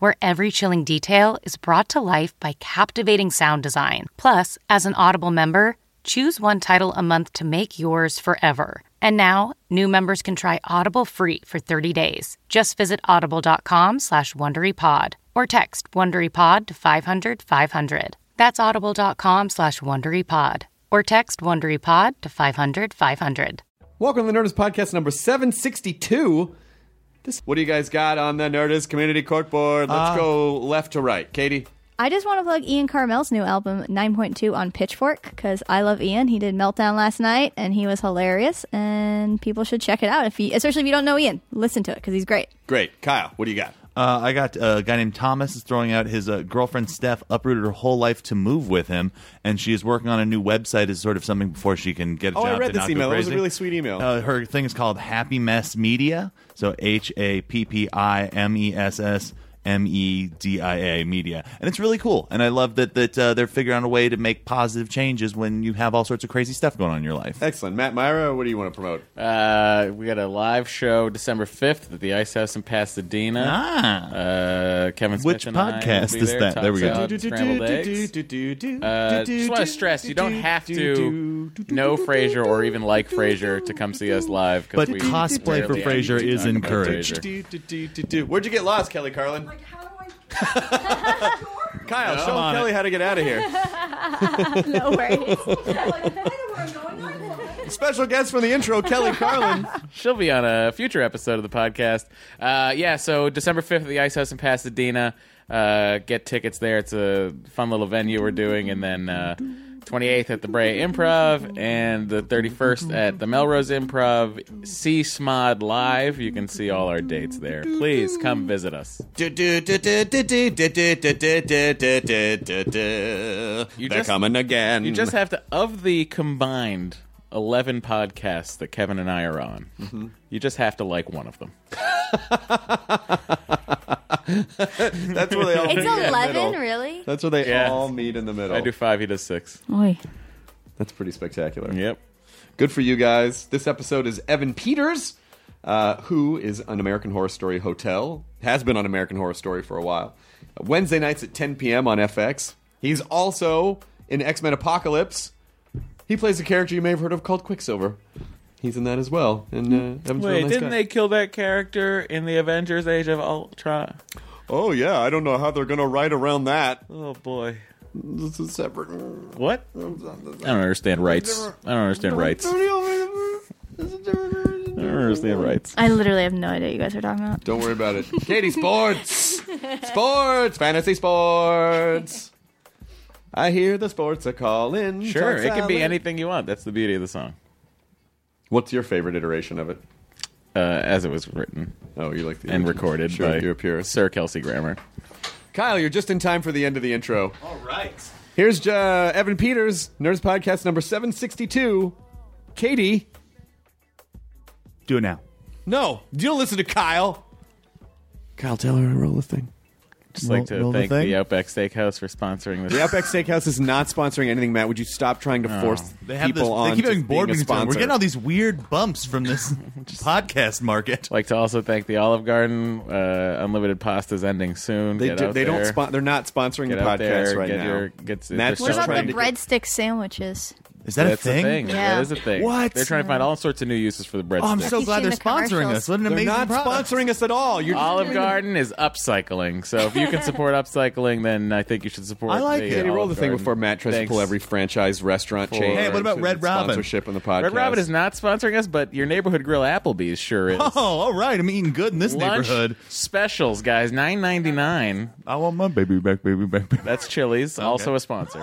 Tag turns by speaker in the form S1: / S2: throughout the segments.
S1: where every chilling detail is brought to life by captivating sound design. Plus, as an Audible member, choose one title a month to make yours forever. And now, new members can try Audible free for 30 days. Just visit audible.com slash WonderyPod or text WonderyPod to 500 500. That's audible.com slash WonderyPod or text WonderyPod to 500 500.
S2: Welcome to the Nerdist Podcast number 762. This, Uh, what do you guys got on the Nerdist Community Corkboard? Let's go left to right. Katie?
S3: I just want to plug Ian Carmel's new album 9.2 on Pitchfork because I love Ian. He did Meltdown last night and he was hilarious and people should check it out if you especially if you don't know Ian. Listen to it because he's great.
S2: Great. Kyle, what do you got?
S4: Uh, I got a guy named Thomas is throwing out his uh, girlfriend Steph uprooted her whole life to move with him, and she is working on a new website as sort of something before she can get a
S2: Oh, I
S4: job.
S2: read
S4: to
S2: this
S4: not go
S2: email. It was a
S4: crazy.
S2: really sweet email.
S4: Uh, her thing is called Happy Mess Media, so H A P P I M E S S M E D I A Media, and it's really cool. And I love that that uh, they're figuring out a way to make positive changes when you have all sorts of crazy stuff going on in your life.
S2: Excellent. Matt Myra, what do you want to promote?
S5: Uh, we got a live show December 5th at the Ice House in Pasadena.
S4: Ah.
S5: Uh, Kevin Smith
S4: Which
S5: and I
S4: podcast
S5: will be
S4: is
S5: there,
S4: that?
S5: Talk
S4: There we go.
S5: about scrambled eggs. Uh, just want to stress, you don't have to know Frasier or even like Frasier to come see us live. 'cause
S4: But
S5: we
S4: cosplay for
S5: rarely
S4: Frasier
S5: talk
S4: is
S5: about
S4: encouraged.
S5: Frasier.
S2: Where'd you get lost, Kelly Carlin? Kyle, show
S4: on
S2: Kelly how to get out of here.
S3: No worries.
S2: Special guest from the intro, Kelly Carlin.
S5: She'll be on a future episode of the podcast. Uh, yeah, so December 5th at the Ice House in Pasadena. Uh, get tickets there. It's a fun little venue we're doing. And then uh, 28th at the Bray Improv and the 31st at the Melrose Improv. See SMOD Live. You can see all our dates there. Please come visit us.
S2: They're
S5: just-
S2: coming again.
S5: You just have to, of the combined 11 podcasts that Kevin and I are on, you just have to like one of them.
S2: That's where they all meet.
S3: It's
S2: in the
S3: eleven,
S2: middle.
S3: really?
S2: That's where they
S5: Yeah.
S2: all meet in the middle.
S5: I do five, he does six.
S3: Oy.
S2: That's pretty spectacular.
S5: Yep.
S2: Good for you guys. This episode is Evan Peters, uh, who is on American Horror Story Hotel, has been on American Horror Story for a while. Uh, Wednesday nights at 10 p.m. on FX. He's also in X Men Apocalypse. He plays a character you may have heard of called Quicksilver. He's in that as well. And uh, Evan's a real
S5: Wait,
S2: nice
S5: didn't
S2: guy.
S5: they kill that character in the Avengers Age of Ultron?
S2: Oh yeah, I don't know how they're gonna write around that.
S5: Oh boy.
S2: This is separate.
S5: What? I don't understand rights. I don't understand rights. I
S2: Don't
S5: don't understand rights.
S3: I literally have no idea what you guys are talking about.
S2: worry about it. Katie, sports, sports, fantasy sports. I hear the sports are calling.
S5: Sure,
S2: Talk
S5: it can be
S2: salad.
S5: anything you want. That's the beauty of the song,
S2: What's your favorite iteration of it?
S5: uh, as it was written
S2: Oh, you like the
S5: and
S2: original.
S5: recorded
S2: Sure,
S5: by
S2: you're a purist.
S5: Sir Kelsey Grammer.
S2: Kyle, you're just in time for the end of the intro.
S4: All right.
S2: Here's uh, Evan Peters, Nerds Podcast number seven sixty two. Katie,
S4: Do it now.
S2: no, you don't listen to Kyle. Kyle, tell her to roll the thing.
S5: Just like to
S4: roll the
S5: thank
S4: thing?
S5: the Outback Steakhouse for sponsoring this.
S2: The Outback Steakhouse is not sponsoring anything, Matt. Would you stop trying to force
S4: They have
S2: people
S4: this.
S2: on
S4: they keep
S2: to
S4: having board
S2: being a
S4: meetings.
S2: sponsor?
S4: We're getting all these weird bumps from this podcast market.
S5: Like to also thank the Olive Garden. Uh, unlimited pasta's ending soon.
S2: they
S5: Get
S2: do,
S5: out
S2: they don't.
S5: there.
S2: Spon- they're not sponsoring
S5: Get
S2: the podcast
S5: out there,
S2: right
S5: get
S2: now.
S5: your- get-
S2: Matt's
S5: they're
S3: What
S2: just
S3: about
S2: trying
S3: the
S2: to
S3: breadstick sandwiches?
S4: Is that
S5: That's
S4: a thing?
S5: a thing.
S3: Yeah.
S5: That is a thing.
S4: What?
S5: They're trying to find all sorts of new uses for the breadstick.
S4: Oh, I'm so
S3: You've
S4: glad
S3: seen
S4: they're
S3: the
S4: sponsoring
S3: commercials.
S4: us. What an
S2: They're
S4: amazing
S2: not
S4: product.
S2: sponsoring us at all. You're
S5: Olive Garden is upcycling, so if you can support upcycling, then I think you should support.
S4: I like
S5: the uh,
S4: it.
S2: Katie,
S5: Olive
S2: roll the thing
S5: Garden.
S2: before Matt tries
S5: Thanks.
S2: to pull every franchise restaurant chain.
S4: Hey, what about
S2: into
S4: Red Robin?
S2: Sponsorship on the podcast.
S5: Red Robin is not sponsoring us, but your neighborhood grill Applebee's sure is.
S4: Oh, all right. I'm eating good in this
S5: Lunch
S4: neighborhood.
S5: specials, guys, nine ninety nine.
S4: I want my baby back, baby back. Baby.
S5: That's Chili's, also a sponsor.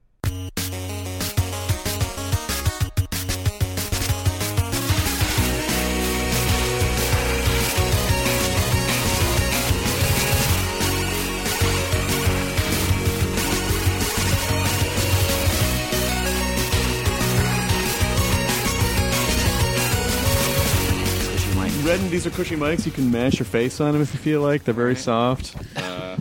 S2: Red and these are cushy mics. You can mash your face on them if you feel like. They're very soft.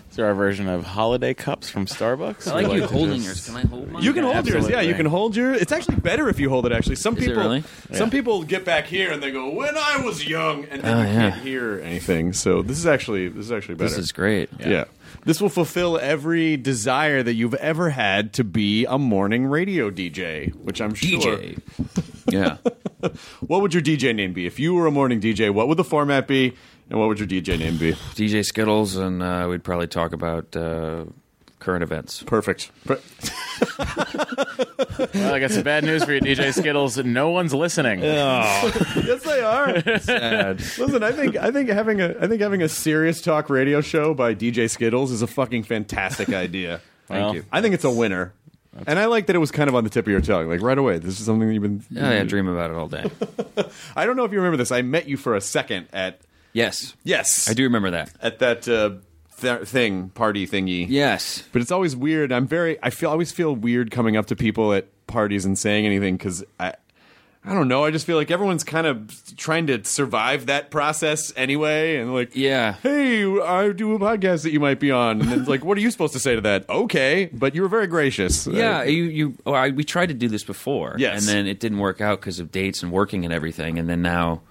S5: It's our version of holiday cups from Starbucks.
S6: I like
S5: We
S6: you
S5: to
S6: holding
S5: just-
S6: yours. Can I hold mine?
S2: You can hold yours. Yeah,
S5: Absolutely.
S2: you can hold your. It's actually better if you hold it. Actually, some
S6: Is it
S2: people
S6: really?
S2: some people get back here and they go, "When I was young," and then
S6: Oh,
S2: you
S6: yeah.
S2: can't hear anything. So this is actually this is actually better.
S6: This is great.
S2: Yeah. This will fulfill every desire that you've ever had to be a morning radio DJ, which I'm sure.
S6: DJ. yeah.
S2: What would your DJ name be? If you were a morning DJ, what would the format be? And what would your DJ name be?
S6: DJ Skittles, and uh, we'd probably talk about uh, current events.
S2: Perfect. Per-
S5: Well, I got some bad news for you, DJ Skittles. No one's listening.
S2: yes, they are.
S6: Sad.
S2: Listen, I think I think having a I think having a serious talk radio show by DJ Skittles is a fucking fantastic idea.
S5: Thank Well, you.
S2: I think it's a winner. And I like that it was kind of on the tip of your tongue, like right away. This is something that you've been.
S6: yeah, I dream about it all day.
S2: I don't know if you remember this. I met you for a second at
S6: Yes.
S2: yes,
S6: I do remember that.
S2: at that uh, th- thing party thingy.
S6: Yes.
S2: but it's always weird. I'm very. I feel I always feel weird coming up to people at parties and saying anything because I. I don't know. I just feel like everyone's kind of trying to survive that process anyway, and like,
S6: Yeah.
S2: hey, I do a podcast that you might be on, and then it's like, what are you supposed to say to that? Okay, but you were very gracious.
S6: Yeah,
S2: Uh,
S6: you you. Well, I, we tried to do this before,
S2: Yes.
S6: and then it didn't work out because of dates and working and everything, and then now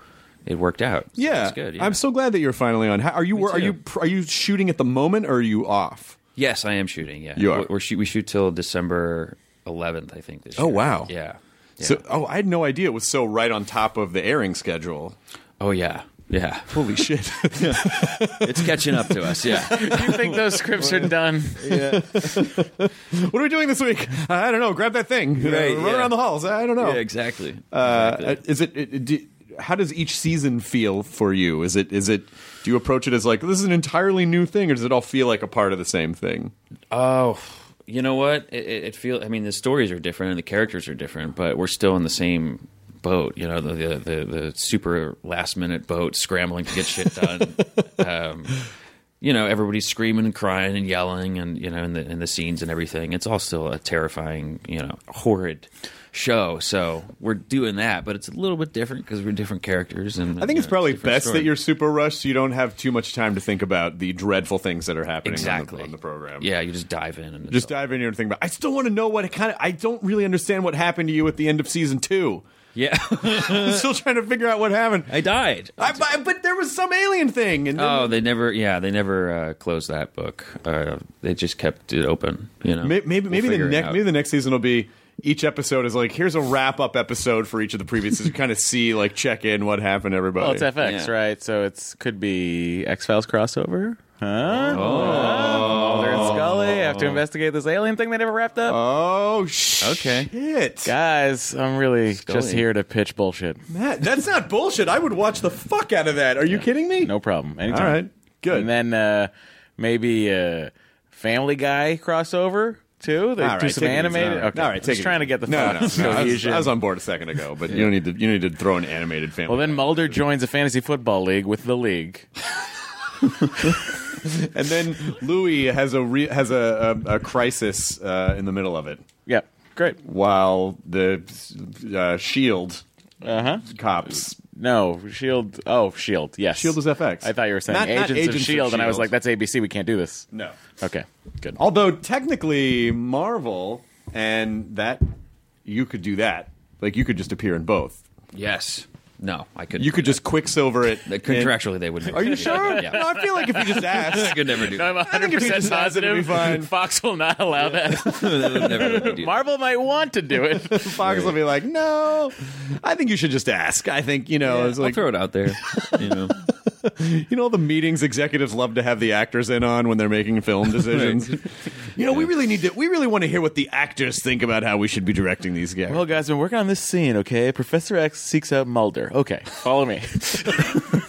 S6: it worked out. So
S2: yeah.
S6: it's good. yeah.
S2: I'm so glad that you're finally on. How, are you? Are
S6: too.
S2: you? Are you shooting at the moment, or are you off?
S6: Yes, I am shooting. Yeah,
S2: You are.
S6: We're, we're shoot, we shoot till December 11th, I think. This.
S2: Oh,
S6: year.
S2: wow.
S6: Yeah. Yeah.
S2: So, oh, I had no idea it was so right on top of the airing schedule.
S6: oh yeah. Yeah.
S2: Holy shit!
S6: it's catching up to us. Yeah.
S5: you think those scripts are done?
S2: what are we doing this week? I don't know. Grab that thing.
S6: Right,
S2: Run
S6: yeah.
S2: around the halls. I don't know.
S6: Yeah, exactly.
S2: Uh,
S6: Exactly.
S2: is it? it, it do, how does each season feel for you? Is it? Is it? Do you approach it as like this is an entirely new thing, or does it all feel like a part of the same thing?
S6: Oh, you know what? It, it, it feels. I mean, the stories are different and the characters are different, but we're still in the same boat. You know, the the the, the super last minute boat scrambling to get shit done. um, you know, everybody's screaming and crying and yelling, and you know, in the in the scenes and everything. It's all still a terrifying, you know, horrid show. So we're doing that, but it's a little bit different because we're different characters. And
S2: I think it's
S6: you know,
S2: probably
S6: different
S2: best
S6: story.
S2: that you're super rushed, so you don't have too much time to think about the dreadful things that are happening on the-
S6: exactly
S2: on, the, program.
S6: Yeah, you just dive in and it's
S2: Just
S6: all-
S2: dive in here and think about. I still want to know what kind of. I don't really understand what happened to you at the end of season two.
S6: yeah.
S2: I'm still trying to figure out what happened.
S6: I died.
S2: I, I- but there was some alien thing, and then-
S6: Oh, they never. Yeah, they never uh, closed that book. Uh, they just kept it open. You know,
S2: May- maybe
S6: We'll
S2: maybe the
S6: figure it
S2: next
S6: out.
S2: maybe the next season will be each episode is like here's a wrap up episode for each of the previous seasons. kind of see like check in what happened to everybody.
S5: Well, it's FX,
S6: Yeah.
S5: right? So it's could be X Files crossover. Huh? Oh. Mulder and Scully have to investigate this alien thing they never wrapped up.
S2: oh sh-
S6: Okay.
S2: shit.
S5: Guys, I'm really just
S6: Scully.
S5: here to pitch bullshit.
S2: Matt, that's not bullshit. I would watch the fuck out of that. Are you kidding me?
S5: No problem. Anytime.
S2: All right, good.
S5: And then uh, maybe uh, Family Guy crossover too. They
S2: All right,
S5: do some
S2: take it easy.
S5: animated.
S2: All right.
S5: Okay.
S2: All right,
S5: Just
S2: take it.
S5: trying to get the
S2: no,
S5: thought
S2: no, no, I, was,
S5: cohesion.
S2: I was on board a second ago, but you need to you need to throw an animated family.
S5: Well, then Mulder joins a fantasy football league with the league.
S2: and then Louis has a re- has a, a, a crisis uh, in the middle of it,
S5: Yep. Great.
S2: while the uh, Shield
S5: Uh
S6: Uh-huh.
S5: huh.
S2: cops
S5: No, Shield. Oh, Shield. Yes.
S2: Shield E is FX.
S5: I thought you were saying
S2: Not- not
S5: Agents,
S2: Agents of
S5: of Shield, and I was
S2: Shield.
S5: like, that's ABC. We can't do this.
S2: E No.
S5: Okay. Good.
S2: Although technically Marvel and that you could do that. Like you could just appear in both.
S6: Yes. No, I couldn't.
S2: You could just quicksilver it.
S6: They- contractually they would.
S2: Are you sure?
S6: Yeah.
S2: No, I feel like if you just
S6: I
S2: ask,
S6: could never do.
S5: I'm
S6: that.
S5: 100
S2: think if you
S5: percent
S2: just ask, it'll be fine.
S5: positive. Fox will not allow that.
S6: That would never let me do that.
S5: Marvel might want to do it.
S2: Fox will be like, "No, I think you should just ask." I think you know,
S6: I'll
S2: it's like
S6: throw it out there. You know,
S2: you know, all the meetings executives love to have the actors in on when they're making film decisions. You know, we really need to. We really want to hear what the actors think about how we should be directing these guys.
S5: Well, guys, been working on this scene, okay? Professor X seeks out Mulder. Okay, follow me.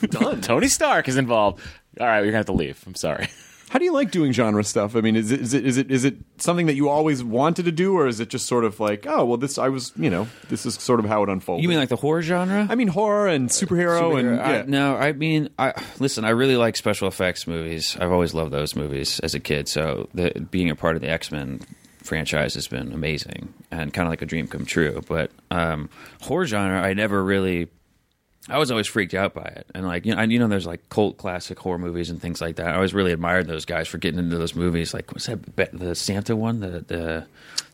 S5: Done. Tony Stark is involved. All right, you're gonna have to leave. I'm sorry.
S2: how do you like doing genre stuff? I mean, is it, is it is it is it something that you always wanted to do, or is it just sort of like, oh, well, this I was, you know, this is sort of how it unfolded.
S6: you mean like the horror genre?
S2: I mean, horror and superhero, and
S6: I-
S2: yeah.
S6: no, I mean, I listen. I really like special effects movies. I've always loved those movies as a kid. So the, being a part of the X Men franchise has been amazing and kind of like a dream come true. But um, horror genre, I never really. I was always freaked out by it, and like you know, and, you know, there's like cult classic horror movies and things like that. I always really admired those guys for getting into those movies. Like what's that? Be- The Santa one. The the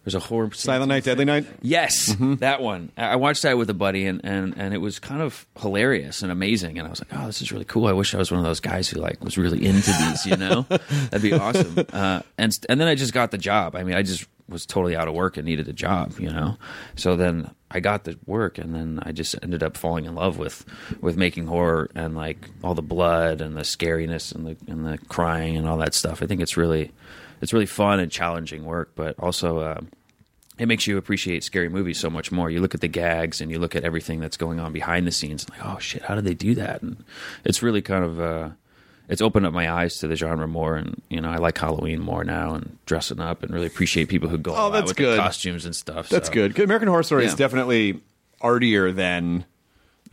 S6: there's a horror
S2: Silent Night, Deadly Night.
S6: Yes, that one. I I watched that with a buddy, and, and, and it was kind of hilarious and amazing. And I was like, oh, this is really cool. I wish I was one of those guys who like was really into these. You know, that'd be awesome. Uh, and and then I just got the job. I mean, I just was totally out of work and needed a job. You know, so then I got the work, and then I just ended up falling in love with with making horror and like all the blood and the scariness and the and the crying and all that stuff. I think it's really it's really fun and challenging work, but also. um it makes you appreciate scary movies so much more. You look at the gags and you look at everything that's going on behind the scenes, and like, oh shit, how did they do that? And it's really kind of uh, it's opened up my eyes to the genre more, and you know, I like Halloween more now and dressing up, and really appreciate people who go all out
S2: Oh, that's
S6: with
S2: good.
S6: The costumes and stuff.
S2: That's
S6: so.
S2: good. 'Cause American Horror Story is
S6: Yeah.
S2: definitely artier than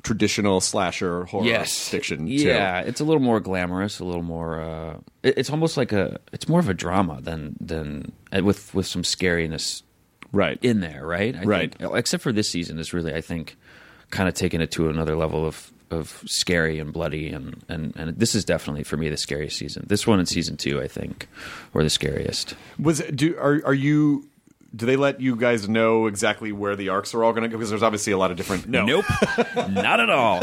S2: traditional slasher horror
S6: Yes,
S2: fiction. too.
S6: Yeah, it's a little more glamorous, a little more. Uh, it- it's almost like a. It's more of a drama than than uh, with with some scariness
S2: right.
S6: in there, right? I
S2: Right.
S6: Think, except for this season is really, I think, kind of taking it to another level of of scary and bloody and and and this is definitely for me the scariest season. This one and season two, I think, were the scariest.
S2: Was do are are you? Do they let you guys know exactly where the arcs are all going to go? Because there's obviously a lot of different. No.
S6: Nope, not at all.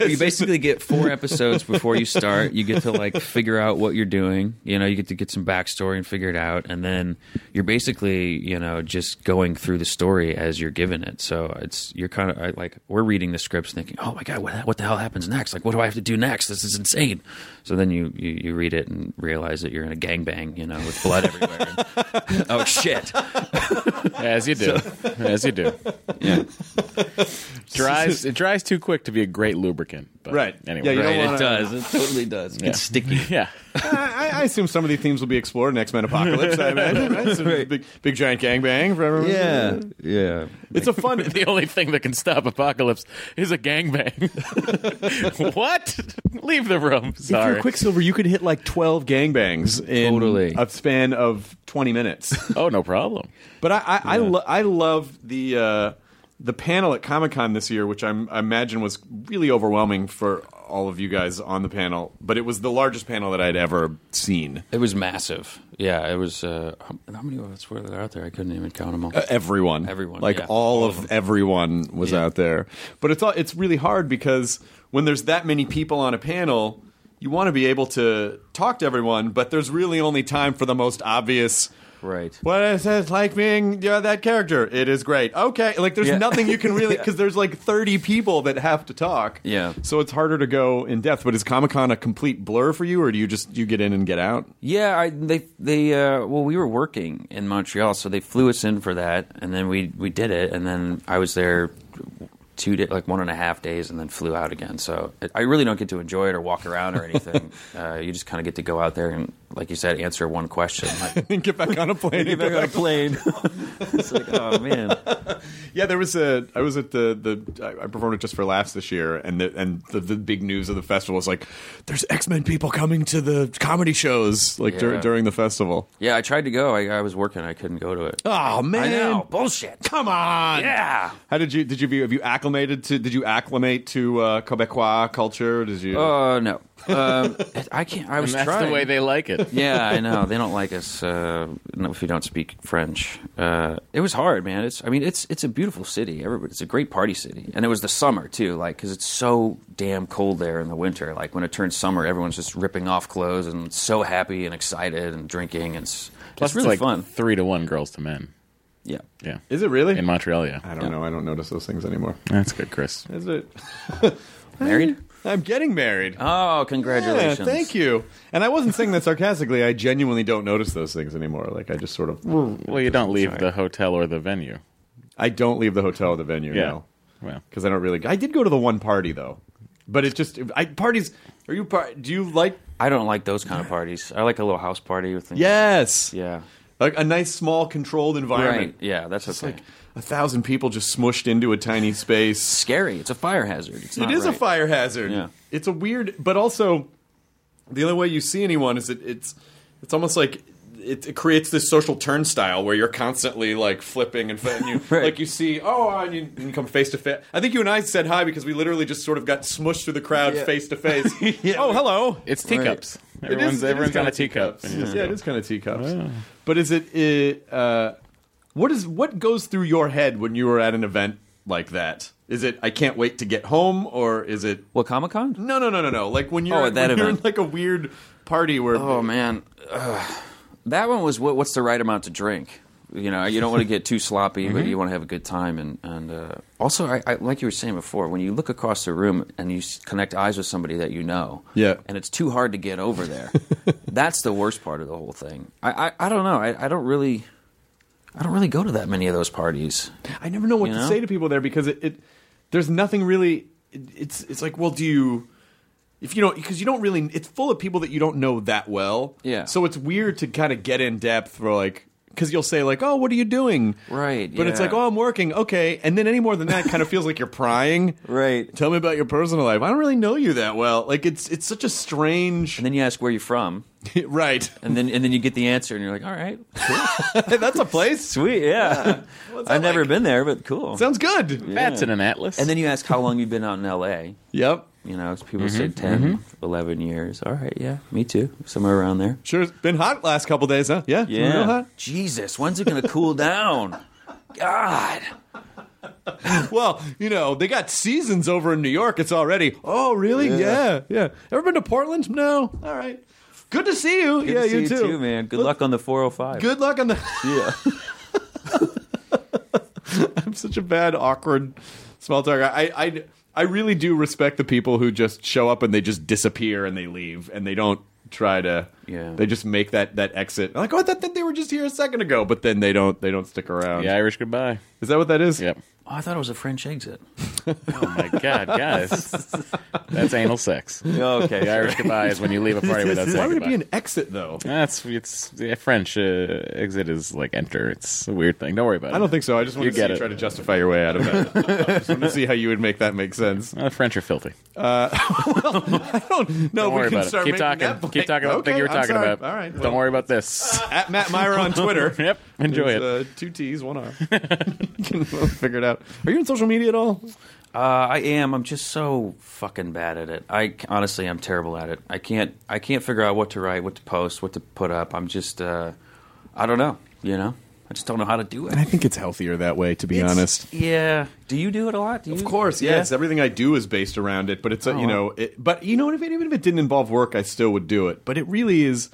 S6: you basically get four episodes before you start. You get to like figure out what you're doing. You know, you get to get some backstory and figure it out, and then you're basically you know just going through the story as you're given it. So it's you're kind of like we're reading the scripts, thinking, oh my god, what, what the hell happens next? Like, what do I have to do next? This is insane. So then you you, you read it and realize that you're in a gangbang, you know, with blood everywhere. And, oh shit.
S5: As you do, as you do.
S6: Yeah.
S5: Dries it dries too quick to be a great lubricant. But
S2: Right.
S5: Anyway.
S2: Yeah, you
S5: right.
S2: don't
S6: Right,
S2: wanna-
S6: it does. It totally does. It's sticky.
S5: Yeah.
S2: I, I assume some of these themes will be explored in X Men Apocalypse. I imagine. Right? So Big big giant gangbang for everyone.
S6: Yeah. Yeah.
S2: It's a fun.
S5: The only thing that can stop apocalypse is a gangbang. what? Leave the room.
S2: If
S5: Sorry.
S2: you're Quicksilver, you could hit like 12 gangbangs in
S6: Totally.
S2: a span of 20 minutes.
S5: oh, no problem.
S2: But I, I, I, lo- I love the uh, the panel at Comic Con this year, which I'm, I imagine was really overwhelming for all of you guys on the panel. But it was the largest panel that I'd ever seen.
S6: It was massive. Yeah, it was. Uh, how, how many of us were there out there? I couldn't even count them all.
S2: Uh, everyone,
S6: Everyone,
S2: like
S6: yeah.
S2: all,
S6: All
S2: of, everyone was out there. But it's all, it's really hard because when there's that many people on a panel, you want to be able to talk to everyone, but there's really only time for the most obvious.
S6: right.
S2: What is it like being you know, that character? It is great. Okay, like there's
S6: Yeah.
S2: nothing you can really because there's like 30 people that have to talk.
S6: Yeah.
S2: so it's harder to go in depth. But is Comic Con a complete blur for you, or do you just you get in and get out?
S6: Yeah, I, they they uh, well, we were working in Montreal, so they flew us in for that, and then we we did it, and then I was there two day, like one and a half days, and then flew out again. So it, I really don't get to enjoy it or walk around or anything. uh, you just kind of get to go out there and, like you said, answer one question. Like,
S2: and get back on a plane. and go back-
S6: plane. it's like, oh man.
S2: Yeah, there was a. I was at the the. I- I performed it just for laughs this year, and the and the, the big news of the festival was like, there's X Men people coming to the comedy shows like dur-
S6: Yeah.
S2: during the festival.
S6: Yeah, I tried to go. I, I was working. I couldn't go to it.
S2: Oh man,
S6: I know. Bullshit.
S2: come on.
S6: Yeah.
S2: How did you did you be, have you acclimated to did you acclimate to uh, Quebecois culture? Did you?
S6: Uh, no. Um, I can't. I was
S5: And that's
S6: trying.
S5: the way they like it.
S6: yeah, I know they don't like us uh, if you don't speak French. Uh, it was hard, man. It's I mean it's it's a beautiful city. Everybody, it's a great party city, and it was the summer too. Like because it's so damn cold there in the winter. Like when it turns summer, everyone's just ripping off clothes and so happy and excited and drinking. And it's,
S5: Plus,
S6: it's really
S5: like
S6: fun.
S5: Three to one, girls to men.
S6: Yeah.
S5: Yeah,
S2: Is it really?
S5: in Montreal. Yeah,
S2: I don't know. I don't notice those things anymore.
S5: that's good, Chris.
S2: Is it?
S6: Married?
S2: I'm getting married.
S6: Oh,
S2: Yeah,
S6: congratulations!
S2: thank you. And I wasn't saying that sarcastically. I genuinely don't notice those things anymore. Like I just sort of,
S5: Well, you don't leave the hotel or the venue.
S2: I don't leave the hotel or the venue
S5: Yeah.
S2: now
S5: Well,
S2: because I don't really. I did go to the one party though, but it just I parties. Are you par- do you like?
S6: I don't like those kind of parties. I like a little house party with
S2: Yes.
S6: yeah,
S2: Like a nice small controlled
S6: right,
S2: environment.
S6: yeah. That's
S2: It's
S6: okay.
S2: like a thousand people just smushed into a tiny space.
S6: scary. It's a fire hazard. It's
S2: It
S6: not
S2: is a
S6: right.
S2: fire hazard.
S6: Yeah.
S2: It's a weird, but also the only way you see anyone is that it's it's almost like it, it creates this social turnstile where you're constantly like flipping and, and you
S6: Right.
S2: like you see oh and you, you come face to face. I think you and I said hi because we literally just sort of got smushed through the crowd face to face. Oh hello.
S5: it's teacups.
S2: It is-
S5: Everyone's
S2: it is
S5: everyone's on
S2: kinda
S5: a teacup. and you just
S2: Yeah, it
S5: go.
S2: is kind of teacups. But is it? it uh, what is what goes through your head when you are at an event like that? Is it I can't wait to get home, or is it
S6: Well, Comic Con?
S2: No, no, no, no, no. Like when you're,
S6: Oh, at that
S2: when you're in
S6: event.
S2: like a weird party where
S6: Oh man, Ugh. that one was what, what's the right amount to drink? You know, you don't want to get too sloppy, but you want to have a good time. And and uh, also, I, I like you were saying before, when you look across the room and you s- connect eyes with somebody that you know,
S2: Yeah.
S6: and it's too hard to get over there. that's the worst part of the whole thing. I I, I don't know. I, I don't really. I don't really go to that many of those parties.
S2: I never know what
S6: You
S2: to
S6: know?
S2: say to people there because it, it there's nothing really. It, it's it's like well, do you if you don't because you don't really it's full of people that you don't know that well.
S6: Yeah.
S2: So it's weird to kind of get in depth for like. Because you'll say like, "Oh, what are you doing?"
S6: Right,
S2: But it's
S6: yeah.
S2: like, "Oh, I'm working." Okay, and then any more than that kind of feels like you're prying.
S6: Right.
S2: Tell me about your personal life. I don't really know you that well. Like it's it's such a strange.
S6: And then you ask where you're from,
S2: right.
S6: and then and then you get the answer, and you're like, all right,
S2: That's a place.
S6: sweet, yeah.
S2: What's that
S6: I've never
S2: like?
S6: been there, but cool.
S2: Sounds good.
S5: That's in an atlas.
S6: And then you ask how long you've been out in LA.
S2: Yep.
S6: You know, 'cause people say 10, 11 years. All right, yeah, me too. Somewhere around there.
S2: Sure, it's been hot last couple days, huh? Yeah, It's been real hot.
S6: Jesus, when's it going to cool down? God.
S2: Well, you know, they got seasons over in New York. It's already. Oh, really? Yeah, yeah. Ever been to Portland? No. All right. Good to see you.
S6: Good
S2: yeah,
S6: to see
S2: you,
S6: you too, man. Good luck on the 405.
S2: Good luck on the.
S6: Yeah.
S2: I'm such a bad, awkward small talker. I, I, I really do respect the people who just show up and they just disappear and they leave and they don't try to.
S6: Yeah.
S2: They just make that that exit. Like, oh, I thought that they were just here a second ago, but then they don't. They don't stick around.
S5: the Irish goodbye.
S2: Is that what that is?
S5: Yep.
S6: Oh, I thought it was a French exit.
S5: Oh my God, guys, that's anal sex.
S6: Okay.
S5: The Irish goodbye is when you leave a party without saying
S2: Why would it
S5: goodbye.
S2: be an exit though?
S5: That's it's yeah, French uh, exit is like enter. It's a weird thing. Don't worry about it.
S2: I don't think so. I just want
S5: You
S2: to see
S5: get
S2: you
S5: it.
S2: try to justify your way out of it. I just want to see how you would make that make sense.
S5: Uh, French are filthy.
S2: I don't know.
S5: Don't
S2: we
S5: worry
S2: Oh, can
S5: about it.
S2: start
S5: Keep
S2: making
S5: talking.
S2: that
S5: Keep
S2: blank.
S5: talking about the thing you were
S2: Okay, I'm
S5: talking
S2: sorry.
S5: about.
S2: All right.
S5: Don't worry about this.
S2: At Matt Meyer on Twitter.
S5: Yep. Enjoy
S2: It's,
S5: it.
S2: Uh, two T's, one R. you can figure it out. Are you on social media at all?
S6: Uh, I am. I'm just so fucking bad at it. I honestly, I'm terrible at it. I can't. I can't figure out what to write, what to post, what to put up. I'm just. Uh, I don't know. You know. I just don't know how to do it.
S2: I think it's healthier that way, to be
S6: It's- Yeah. Do you do it a lot? Do you?
S2: Of course, yes. Everything I do is based around it, but it's a, you know, it, but you know, what, if it, even if it didn't involve work, I still would do it. But it really is.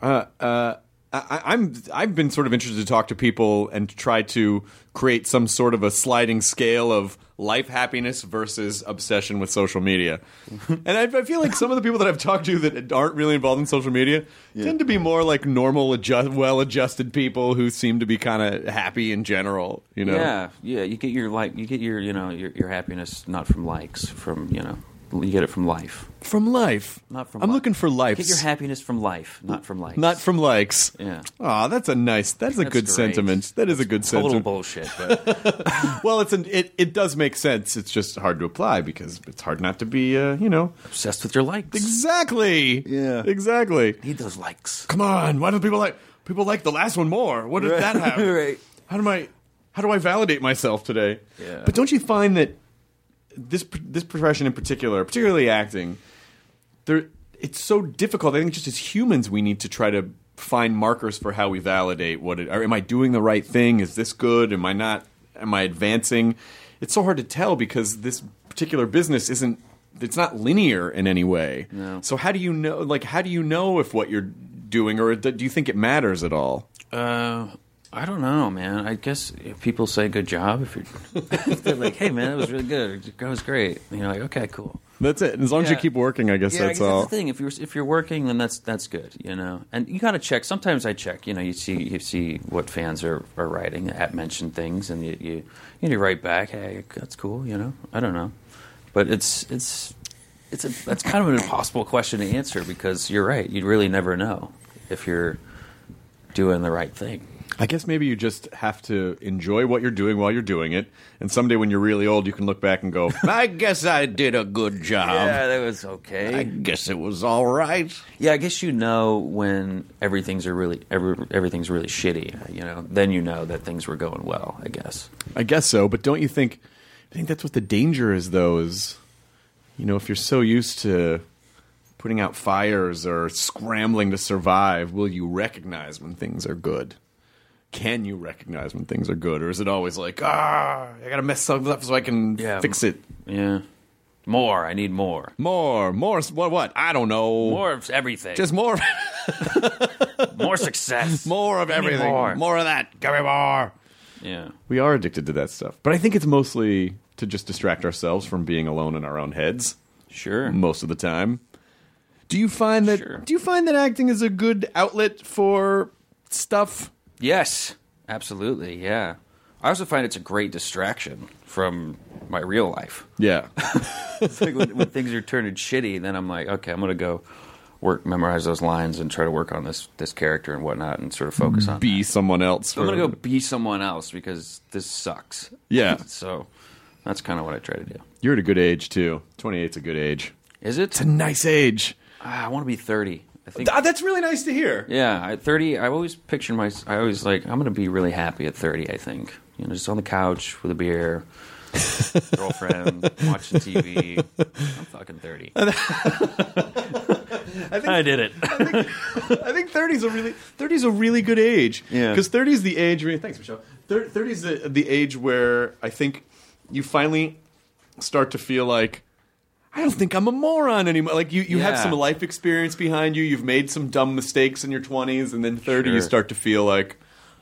S2: Uh, uh, I, I'm I've been sort of interested to talk to people and to try to create some sort of a sliding scale of life happiness versus obsession with social media. and I, I feel like some of the people that I've talked to that aren't really involved in social media tend to be more like normal, adjust, well-adjusted people who seem to be kind of happy in general. You know,
S6: Yeah, yeah. You get your like, you get your you know your, your happiness not from likes, from you know you get it from life,
S2: from life.
S6: not from.
S2: I'm
S6: li-
S2: looking for life.
S6: You get your happiness from life, not from likes.
S2: Not from likes.
S6: Yeah.
S2: Aw, that's a nice. That's a
S6: That's
S2: good
S6: great.
S2: sentiment. That is a good
S6: total
S2: sentiment.
S6: bullshit. But
S2: Well, it's an it, it does make sense. It's just hard to apply because it's hard not to be uh, you know
S6: obsessed with your likes.
S2: exactly.
S4: Yeah.
S2: exactly.
S6: Need those likes.
S2: Come on, why don't people like people like the last one more? What did that have?
S6: Right.
S2: How do I how do I validate myself today?
S6: Yeah.
S2: But don't you find that this this profession in particular, particularly acting, there it's so difficult. I think just as humans, we need to try to find markers for how we validate what it. Am I doing the right thing? Is this good? Am I not? Am I advancing? It's so hard to tell because this particular business isn't. It's not linear in any way. So how do you know? Like, how do you know if what you're doing, or do you think it matters at all?
S6: Uh, I don't know, man. I guess if people say good job, if you're if they're like, hey, man, that was really good, that was great, and you're like, okay, cool.
S2: That's it. As long as you
S6: Yeah.
S2: keep working, I guess
S6: Yeah, I
S2: that's
S6: guess
S2: all.
S6: That's the thing. If you're if you're working, then that's that's good, you know. And you gotta check. Sometimes I check. You know, you see you see what fans are, are writing at mentioned things, and you you you, you write back. Hey, that's cool. You know, I don't know, but it's it's it's a that's kind of an impossible question to answer because you're right. You really never know if you're doing the right thing.
S2: I guess maybe you just have to enjoy what you're doing while you're doing it, and someday when you're really old, you can look back and go,
S7: I guess I did a good job.
S6: yeah, that was okay.
S7: I guess it was all right.
S6: Yeah, I guess you know when everything's are really every, everything's really shitty. You know, then you know that things were going well. I guess.
S2: I guess so, but don't you think? I think that's what the danger is, though. Is you know, if you're so used to putting out fires or scrambling to survive, will you recognize when things are good? Can you recognize when things are good, or is it always like, ah, I gotta mess something up so I can
S6: Yeah.
S2: fix it?
S6: Yeah, more. I need more.
S2: More, more, s- what? What? I don't know.
S6: More of everything.
S2: just more,
S6: more success.
S2: more of
S6: I need
S2: everything.
S6: more.
S2: more of that. Give me more.
S6: Yeah.
S2: We are addicted to that stuff, but I think it's mostly to just distract ourselves from being alone in our own heads.
S6: Sure.
S2: most of the time. Do you find that
S6: Sure.
S2: do you find that acting is a good outlet for stuff?
S6: Yes. Absolutely. Yeah. I also find it's a great distraction from my real life.
S2: Yeah.
S6: It's like when, when things are turning shitty, then I'm like, okay, I'm gonna go work, memorize those lines, and try to work on this this character and whatnot, and sort of focus on.
S2: Be someone else.
S6: I'm gonna
S2: for-
S6: go be someone else because this sucks.
S2: Yeah.
S6: so that's kind of what I try to do.
S2: You're at a good age too. 28's a good age.
S6: Is it?
S2: It's a nice age.
S6: Ah, I want to be 30. I think.
S2: Ah, that's really nice to hear.
S6: Yeah, I, 30. I always pictured my. I always like. I'm gonna be really happy at 30. I think. You know, just on the couch with a beer, girlfriend, watching TV. I'm fucking 30. I, did it.
S2: I think 30's a really 30's a really good age.
S6: Yeah.
S2: Because 30's the age where thanks Michelle. Thir- 30's the, the age where I think you finally start to feel like I don't think I'm a moron anymore. Like you, you have
S6: Yeah.
S2: some life experience behind you. You've made some dumb mistakes in your 20s, and then 30 you
S6: Sure.
S2: start to feel like,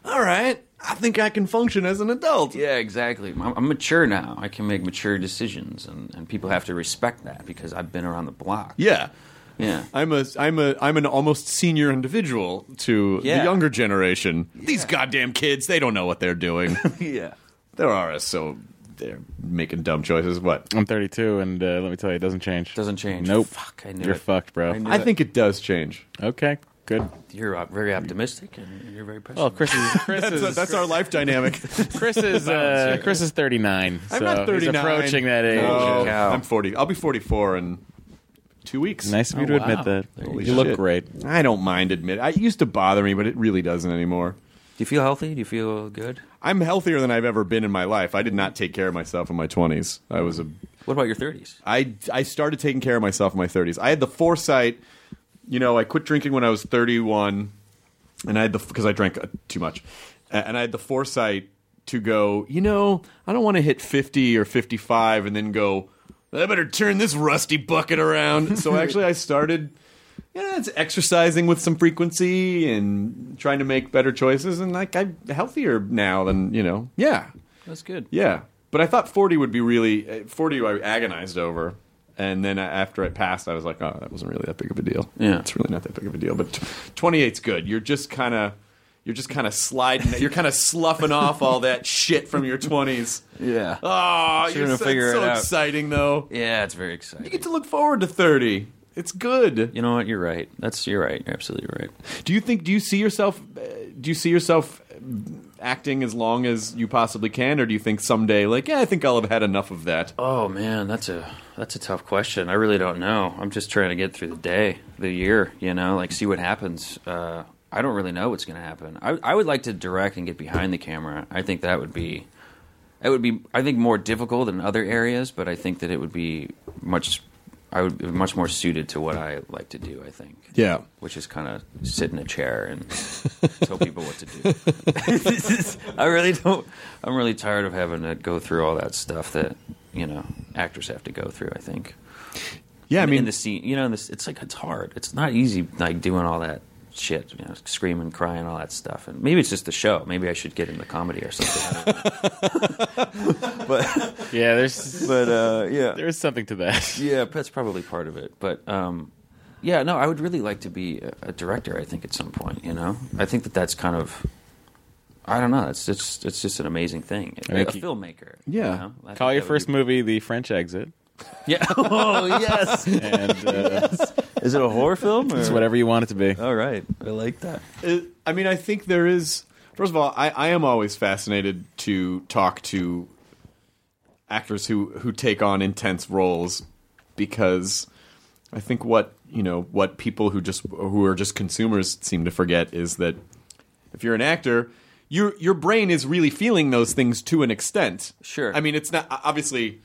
S2: all right, I think I can function as an adult.
S6: Yeah, exactly. I'm, I'm mature now. I can make mature decisions, and, and people have to respect that because I've been around the block.
S2: Yeah.
S6: Yeah.
S2: I'm a I'm a I'm an almost senior individual to the
S6: Yeah.
S2: younger generation. These goddamn kids, they don't know what they're doing.
S6: yeah.
S2: there are so they're making dumb choices. What
S5: I'm 32, and uh, let me tell you, it doesn't change.
S6: Doesn't change.
S5: Nope.
S6: Fuck, I knew
S5: You're
S6: it.
S5: fucked, bro.
S6: I knew
S2: I
S6: it.
S2: think it does change.
S5: Okay, good.
S6: You're uh, very optimistic and you're very pessimistic.
S5: Well, Chris is Chris is
S2: That's our life dynamic.
S5: Chris is uh, Chris is 39.
S2: I'm
S5: so
S2: not Oh. 39.
S5: He's approaching that age.
S2: No,
S6: cow.
S2: I'm 40. I'll be 44 in two weeks.
S5: Nice of you
S6: Oh,
S5: to admit
S6: wow.
S5: that.
S6: There
S5: You,
S6: you
S2: go.
S5: look
S2: Shit.
S5: great.
S2: I don't mind admit. I it used to bother me, but it really doesn't anymore.
S6: Do you feel healthy? Do you feel good?
S2: I'm healthier than I've ever been in my life. I did not take care of myself in my 20s. I was a
S6: What about your 30s?
S2: I I started taking care of myself in my 30s. I had the foresight, you know, I quit drinking when I was 31, and I had the because I drank uh, too much, A- and I had the foresight to go. You know, I don't want to hit 50 or 55 and then go. I better turn this rusty bucket around. So actually, I started. Yeah, it's exercising with some frequency and trying to make better choices, and like I'm healthier now than you know. Yeah,
S6: That's good.
S2: yeah, but I thought forty would be really uh, forty. I agonized over, and then I- after it passed, I was like, oh, that wasn't really that big of a deal.
S6: Yeah.
S2: it's really not that big of a deal. But twenty eight's good. You're just kind of. You're just kind of sliding. You're kind of sloughing off all that shit from your twenties.
S6: Yeah.
S2: Oh,
S6: Sure
S2: you're
S6: gonna
S2: so,
S6: figure
S2: so
S6: it out.
S2: exciting though.
S6: Yeah, it's very
S2: You
S6: exciting.
S2: get to look forward to thirty. It's good.
S6: You know what? You're right. That's you're right. You're absolutely right.
S2: Do you think? Do you see yourself? uh, Do you see yourself uh, acting as long as you possibly can, or do you think someday, like, yeah, I think I'll have had enough of that?
S6: Oh man, that's a that's a tough question. I really don't know. I'm just trying to get through the day, the year. You know, like see what happens. Uh, I don't really know what's going to happen. I I would like to direct and get behind the camera. I think that would be. It would be, I think, more difficult in other areas, but I think that it would be much. I would be much more suited to what I like to do. I think.
S2: Yeah.
S6: Which is kind of sit in a chair and tell people what to do. This is- I really don't. I'm really tired of having to go through all that stuff that you know actors have to go through. I think.
S2: Yeah, I
S6: In-
S2: mean,
S6: in the scene, you know, in this, it's like it's hard. It's not easy, like doing all that shit, you know, screaming, crying, all that stuff. And maybe it's just the show. Maybe I should get into comedy or something.
S5: Yeah, there's
S6: but uh, yeah,
S5: there's something to that.
S6: yeah, that's probably part of it. But um, yeah, no, I would really like to be a, a director. I think at some point, you know, I think that that's kind of. I don't know. It's just it's just an amazing thing. A,
S5: think
S6: a
S5: you-
S6: filmmaker.
S2: Yeah.
S6: you know? I think
S5: Call your
S6: that would
S5: first
S6: be-
S5: movie The French Exit,
S6: Yeah. oh yes.
S5: and uh,
S6: Is it a horror film? Or?
S5: it's whatever you want it to be.
S6: All right. I like that.
S2: it- I mean, I think there is. First of all, I, I am always fascinated to talk to actors who who take on intense roles because I think what you know what people who just who are just consumers seem to forget is that if you're an actor, your your brain is really feeling those things to an extent.
S6: Sure.
S2: I mean, it's not obviously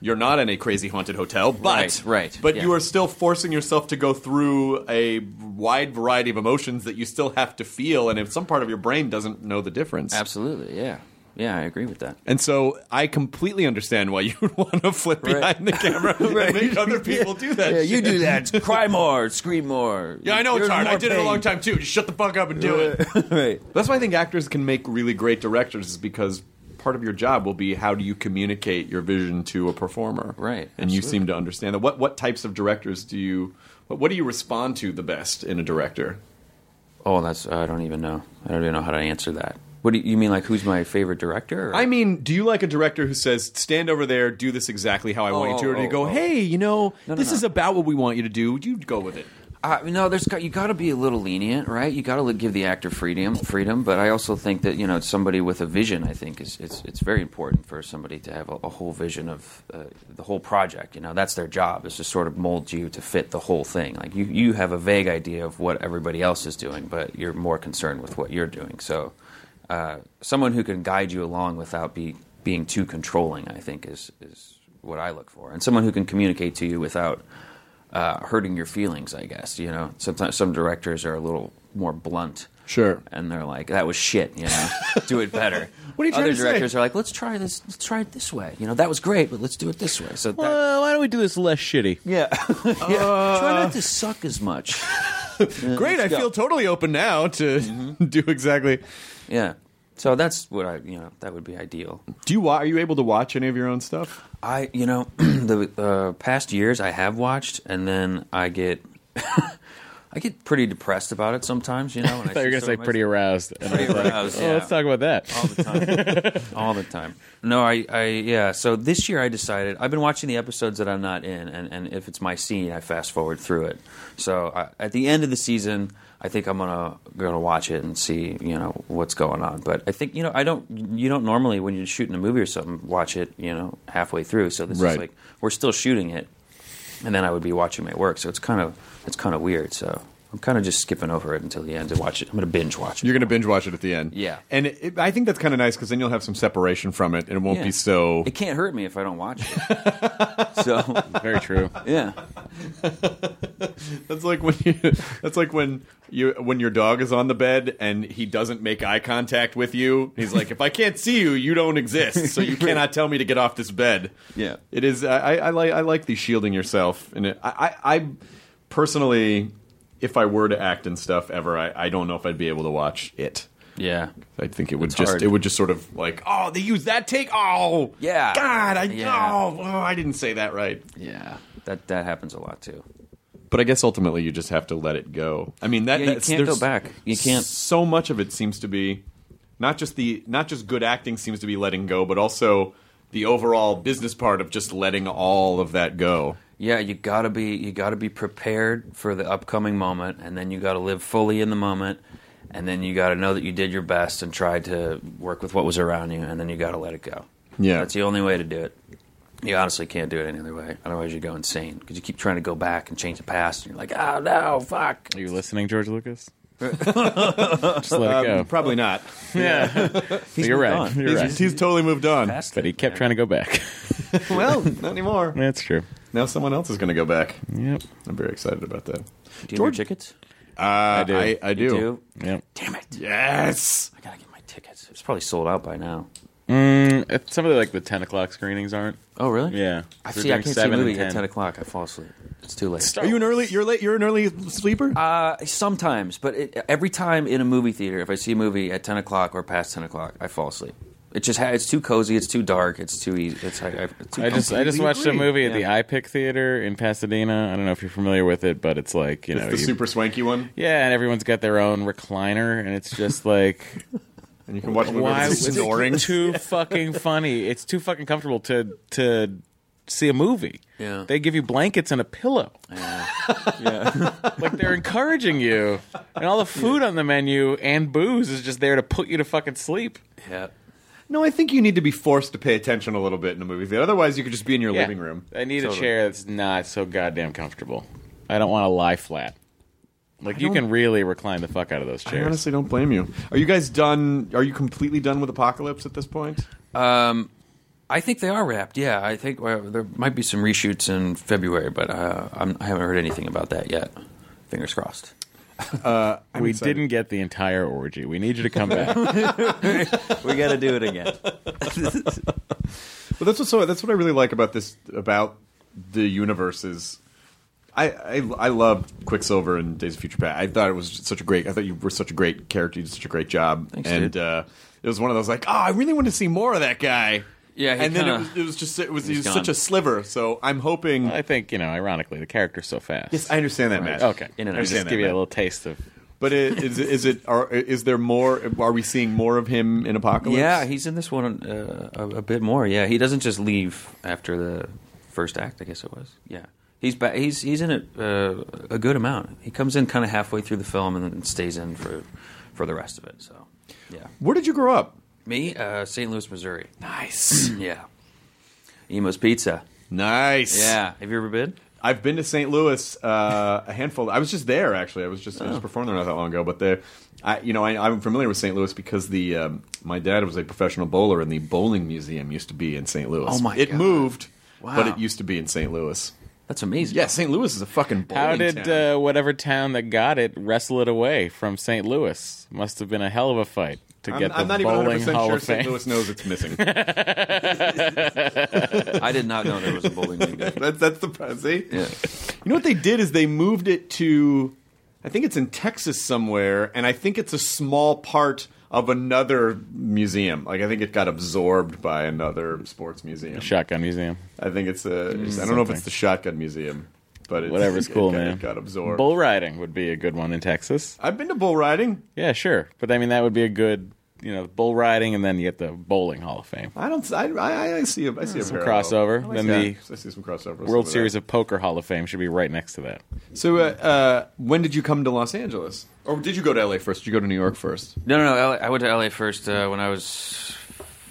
S2: you're not in a crazy haunted hotel, but
S6: Right, right,
S2: but
S6: yeah.
S2: you are still forcing yourself to go through a wide variety of emotions that you still have to feel, and if some part of your brain doesn't know the difference,
S6: Absolutely. Yeah. Yeah, I agree with that.
S2: and so I completely understand why you would want to flip
S6: Right.
S2: behind the camera and make other people do that.
S6: Yeah, you
S2: shit.
S6: do that. Cry more, scream more.
S2: Yeah, I know it's
S6: There's
S2: hard. I
S6: more
S2: did it a
S6: pain.
S2: long time too. Just shut the fuck up and do it.
S6: right.
S2: That's why I think actors can make really great directors, is because part of your job will be how do you communicate your vision to a performer,
S6: Right,
S2: And you
S6: absolutely.
S2: seem to understand that. What what types of directors do you? What, what do you respond to the best in a director?
S6: Oh, that's I don't even know. I don't even know how to answer that. What do you, you mean? Like, who's my favorite director? Or?
S2: I mean, do you like a director who says, "Stand over there, do this exactly how I want you to," or do you
S6: oh,
S2: go,
S6: oh.
S2: "Hey, you know,
S6: No, no,
S2: this
S6: no.
S2: is about what we want you to do. You go with it."
S6: Uh, no, there's got, you got to be a little lenient, right? You got to give the actor freedom, freedom. But I also think that you know somebody with a vision. I think is it's it's very important for somebody to have a, a whole vision of uh, the whole project. You know, that's their job is to sort of mold you to fit the whole thing. Like you you have a vague idea of what everybody else is doing, but you're more concerned with what you're doing. So, uh, someone who can guide you along without be being too controlling, I think, is is what I look for, and someone who can communicate to you without uh, hurting your feelings, I guess. You know, sometimes some directors are a little more blunt.
S2: Sure.
S6: And they're like, "That was shit," you know. do it better.
S2: What are you trying
S6: Other
S2: to say?
S6: directors are like, "Let's try this. Let's try it this way." You know, that was great, but let's do it this way. So that,
S5: Well, Uh, why don't we do this less shitty?
S6: yeah, yeah. try not to
S2: Uh.
S6: suck as much.
S2: Great, I
S6: Uh, go. Mm-hmm.
S2: feel totally open now to do exactly.
S6: Yeah. So that's what I, you know, that would be ideal.
S2: Do you wa- are you able to watch any of your own stuff?
S6: I, you know, the uh, past years I have watched, and then I get, I get pretty depressed about it sometimes. You know, when I
S5: I thought you were gonna
S6: see some
S5: say
S6: of my-
S5: pretty aroused. And I
S6: Pretty
S5: was like,
S6: aroused,
S5: "Oh, let's
S6: yeah.
S5: talk about that.
S6: all the time. all the time. No, I, I, yeah. So this year I decided I've been watching the episodes that I'm not in, and, and if it's my scene, I fast forward through it. So I, at the end of the season, I think I'm gonna gonna watch it and see you know what's going on. But I think you know I don't you don't normally when you're shooting a movie or something watch it you know halfway through. So this
S2: Right.
S6: is like we're still shooting it, and then I would be watching my work. So it's kind of it's kind of weird. So. I'm kind of just skipping over it until the end to watch it. I'm going to binge watch it.
S2: You're going to binge watch it at the end.
S6: Yeah.
S2: And it, it- I think that's kind of nice because then you'll have some separation from it and it won't
S6: Yeah.
S2: be so.
S6: It can't hurt me if I don't watch it. so
S5: Very true.
S6: yeah,
S2: That's like when you. That's like when you when your dog is on the bed and he doesn't make eye contact with you. He's like, if I can't see you, you don't exist. So you cannot tell me to get off this bed.
S6: Yeah.
S2: It is. I, I, I like. I like the shielding yourself. And it, I, I, I personally, if I were to act and stuff ever, I, I don't know if I'd be able to watch it.
S6: yeah,
S2: I think it would
S6: It's
S2: just
S6: hard.
S2: it would just sort of like oh they used that take oh
S6: Yeah.
S2: God I
S6: Yeah.
S2: oh, oh I didn't say that right
S6: yeah. That that happens a lot too.
S2: but I guess ultimately you just have to let it go I mean that
S6: Yeah, you
S2: that's-
S6: can't go
S2: there's-
S6: back. You can't-
S2: so much of it seems to be not just the not just good acting seems to be letting go but also the overall business part of just letting all of that go
S6: Yeah, you gotta be you gotta be prepared for the upcoming moment, and then you gotta live fully in the moment, and then you gotta know that you did your best and tried to work with what was around you, and then you gotta let it go.
S2: Yeah.
S6: that's the only way to do it. You honestly can't do it any other way. Otherwise, you go insane because you keep trying to go back and change the past, and you're like, oh no, fuck.
S5: Are you listening, George Lucas? Just let it go.
S2: Um, probably not
S5: yeah,
S6: He's
S5: you're right.
S6: moved on.
S5: You're right.
S2: he's, he's totally moved on
S6: Past
S5: But
S6: it,
S5: he kept
S6: man.
S5: trying to go back.
S2: well not anymore
S5: That's true.
S2: Now someone else is going to go back.
S5: Yep.
S2: I'm very excited about that.
S6: Do you have your tickets?
S2: I
S5: do.
S2: I, I do.
S6: You do?
S5: Yep.
S6: Damn it.
S2: Yes.
S6: I gotta get my tickets. It's probably sold out by now.
S5: If Mm, Some of the, like the ten o'clock screenings aren't.
S6: Oh really?
S5: Yeah.
S6: I
S5: They're
S6: see. I
S5: doing
S6: can't see a
S5: seven and
S6: movie at ten o'clock. I fall asleep. It's too late.
S2: Are you an early? You're late. You're an early sleeper.
S6: Uh, sometimes, but it, every time in a movie theater, if I see a movie at ten o'clock or past ten o'clock, I fall asleep. It just ha- it's too cozy. It's too dark. It's too easy. It's I, I, it's too
S5: I just I just
S2: Completely
S5: watched a
S2: agree.
S5: movie at the IPIC Theater in Pasadena. I don't know if you're familiar with it, but it's like you know
S2: the
S5: you-
S2: super swanky one,
S5: yeah, and everyone's got their own recliner, and it's just like
S2: and you can watch.
S5: why was it
S2: snoring?
S5: too fucking funny? It's too fucking comfortable to to see a movie.
S6: Yeah.
S5: they give you blankets and a pillow. like they're encouraging you, and all the food on the menu and booze is just there to put you to fucking sleep.
S6: yeah.
S2: No, I think you need to be forced to pay attention a little bit in a movie theater. Otherwise, you could just be in your
S5: Yeah.
S2: living room.
S5: I need
S6: Totally.
S5: a chair that's not so goddamn comfortable. I don't want to lie flat. Like you can really recline the fuck out of those
S2: I
S5: chairs.
S2: honestly don't blame you. Are you guys done? Are you completely done with Apocalypse at this point?
S6: Um, I think they are wrapped. Yeah, I think well, there might be some reshoots in February, but uh, I'm, I haven't heard anything about that yet. Fingers crossed.
S5: we
S2: excited.
S5: didn't get the entire orgy. We need you to come back.
S6: We got to do it again.
S2: Well, that's what so that's what I really like about this about the universes. I I, I love Quicksilver and Days of Future Past. I thought it was such a great. I thought you were such a great character. You did such a great job.
S6: Thanks,
S2: and
S6: dude.
S2: Uh, it was one of those like, oh, I really want to see more of that guy.
S6: Yeah, he
S2: and then it
S6: kinda-
S2: was, it was just it was, he
S6: he's
S2: was such
S6: gone.
S2: a sliver. So I'm hoping.
S5: I think you know. Ironically, the character's so fast.
S2: yes, I understand that, Matt.
S5: Okay,
S6: In and
S5: I
S6: out.
S5: just
S2: Understand
S5: give
S2: that,
S5: you a
S2: Matt.
S5: little taste of.
S2: But it, is is it are is there more? Are we seeing more of him in Apocalypse?
S6: Yeah, he's in this one uh, a, a bit more. Yeah, he doesn't just leave after the first act. I guess it was. Yeah, he's ba- he's he's in it uh, a good amount. He comes in kind of halfway through the film and then stays in for for the rest of it. So, yeah,
S2: Where did you grow up?
S6: me, uh, St. Louis, Missouri.
S2: Nice,
S6: yeah, Emo's Pizza.
S2: nice.
S6: Yeah, have you ever been?
S2: I've been to St. Louis uh, a handful. I was just there actually. I was just I
S5: Oh.
S2: just performed there not that long ago. But the, I you know I, I'm familiar with St. Louis because the um, my dad was a professional bowler and the bowling museum used to be in St. Louis.
S6: Oh, my
S2: It
S6: God.
S2: moved, but
S6: Wow.
S2: it used to be in St. Louis.
S6: That's amazing.
S2: Yeah, St. Louis is a fucking bowling
S5: How did
S2: town.
S5: uh, whatever town that got it wrestle it away from St. Louis? Must have been a hell of a fight to
S2: I'm,
S5: get the
S2: I'm not even
S5: bowling
S2: 100
S5: hall
S2: sure
S5: of fame.
S2: St. Louis knows it's missing.
S6: I did not know there was a bowling league.
S2: that's that's the see.
S6: Yeah.
S2: You know what they did is they moved it to, I think it's in Texas somewhere, and I think it's a small part of another museum. Like I think it got absorbed by another sports museum.
S5: Shotgun Museum.
S2: I think it's a. it's- I don't know if it's the Shotgun Museum, but it's,
S5: Mm, Whatever's
S2: it
S5: cool,
S2: got-
S5: man.
S2: It got absorbed.
S5: Bull riding would be a good one in Texas.
S2: I've been to bull riding.
S5: Yeah, sure. But I mean, that would be a good, you know, bull riding, and then you get the bowling hall of fame.
S2: I don't. I, I, I see. A, I see a parallel.
S5: crossover.
S2: I like
S5: Then
S2: that.
S5: the
S2: I see some crossover.
S5: World Series of Poker Hall of Fame should be right next to that.
S2: So, uh, uh, when did you come to Los Angeles, or did you go to LA first? Did you go to New York first?
S6: No, no, no. LA, I went to LA first uh, when I was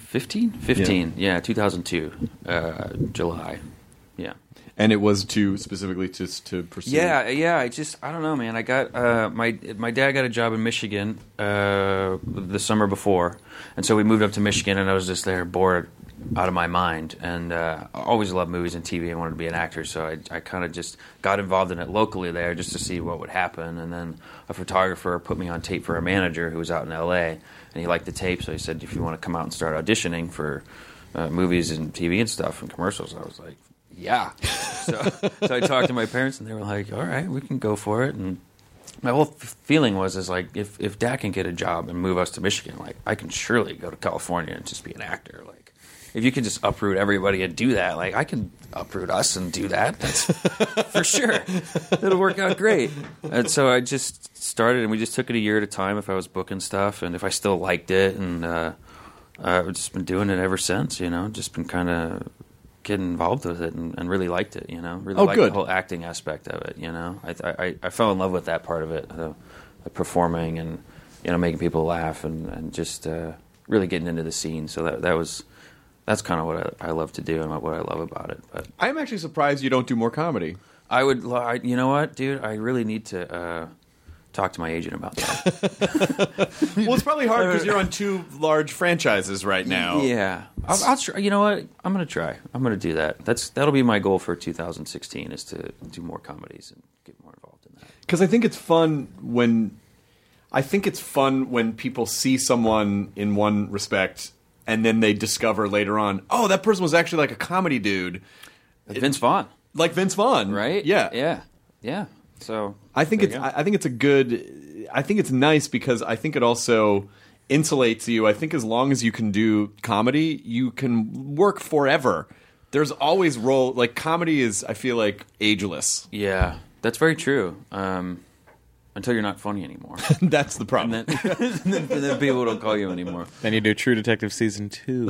S6: 15? 15, yeah, 2002, uh, July. Yeah.
S2: And it was to specifically to to pursue.
S6: Yeah, yeah. I just, I don't know, man. I got, uh, my my dad got a job in Michigan uh, the summer before. And so we moved up to Michigan, and I was just there bored out of my mind. And uh, I always loved movies and TV. I wanted to be an actor. So I, I kind of just got involved in it locally there just to see what would happen. And then a photographer put me on tape for a manager who was out in LA. And he liked the tape. So he said, if you want to come out and start auditioning for uh, movies and TV and stuff and commercials, I was like, yeah. So, so I talked to my parents, and they were like, "All right, we can go for it." And my whole f- feeling was is like, if if Dad can get a job and move us to Michigan, like I can surely go to California and just be an actor. Like, if you can just uproot everybody and do that, like I can uproot us and do that. That's for sure. It'll work out great. And so I just started, and we just took it a year at a time. If I was booking stuff, and if I still liked it, and uh, uh, I've just been doing it ever since. You know, just been kind of getting involved with it and, and really liked it. You know, really
S2: Oh,
S6: liked
S2: good.
S6: the whole acting aspect of it. You know, I I, I fell in love with that part of it, the, the performing and you know making people laugh and and just uh, really getting into the scene. So that that was. That's kind of what I, I love to do and what I love about it. But
S2: I'm actually surprised you don't do more comedy.
S6: I would. li- I- You know what, dude? I really need to uh, talk to my agent about that.
S2: Well, it's probably hard because you're on two large franchises right now.
S6: yeah, I'll, I'll try. You know what? I'm gonna try. I'm gonna do that. That's that'll be my goal for 2016 is to do more comedies and get more involved in that.
S2: because I think it's fun when I think it's fun when people see someone in one respect and then they discover later on, oh, that person was actually like a comedy dude,
S6: Like Vince Vaughn,
S2: like Vince Vaughn,
S6: right?
S2: Yeah,
S6: yeah, yeah. So
S2: I think
S6: there
S2: it's
S6: you go.
S2: I I think it's a good I think it's nice because I think it also insulates you. I think as long as you can do comedy, you can work forever. There's always role like comedy is I feel like ageless.
S6: yeah, that's very true. Um, until you're not funny anymore,
S2: That's the problem.
S6: and then, and then people don't call you anymore.
S5: Then you do True Detective season two.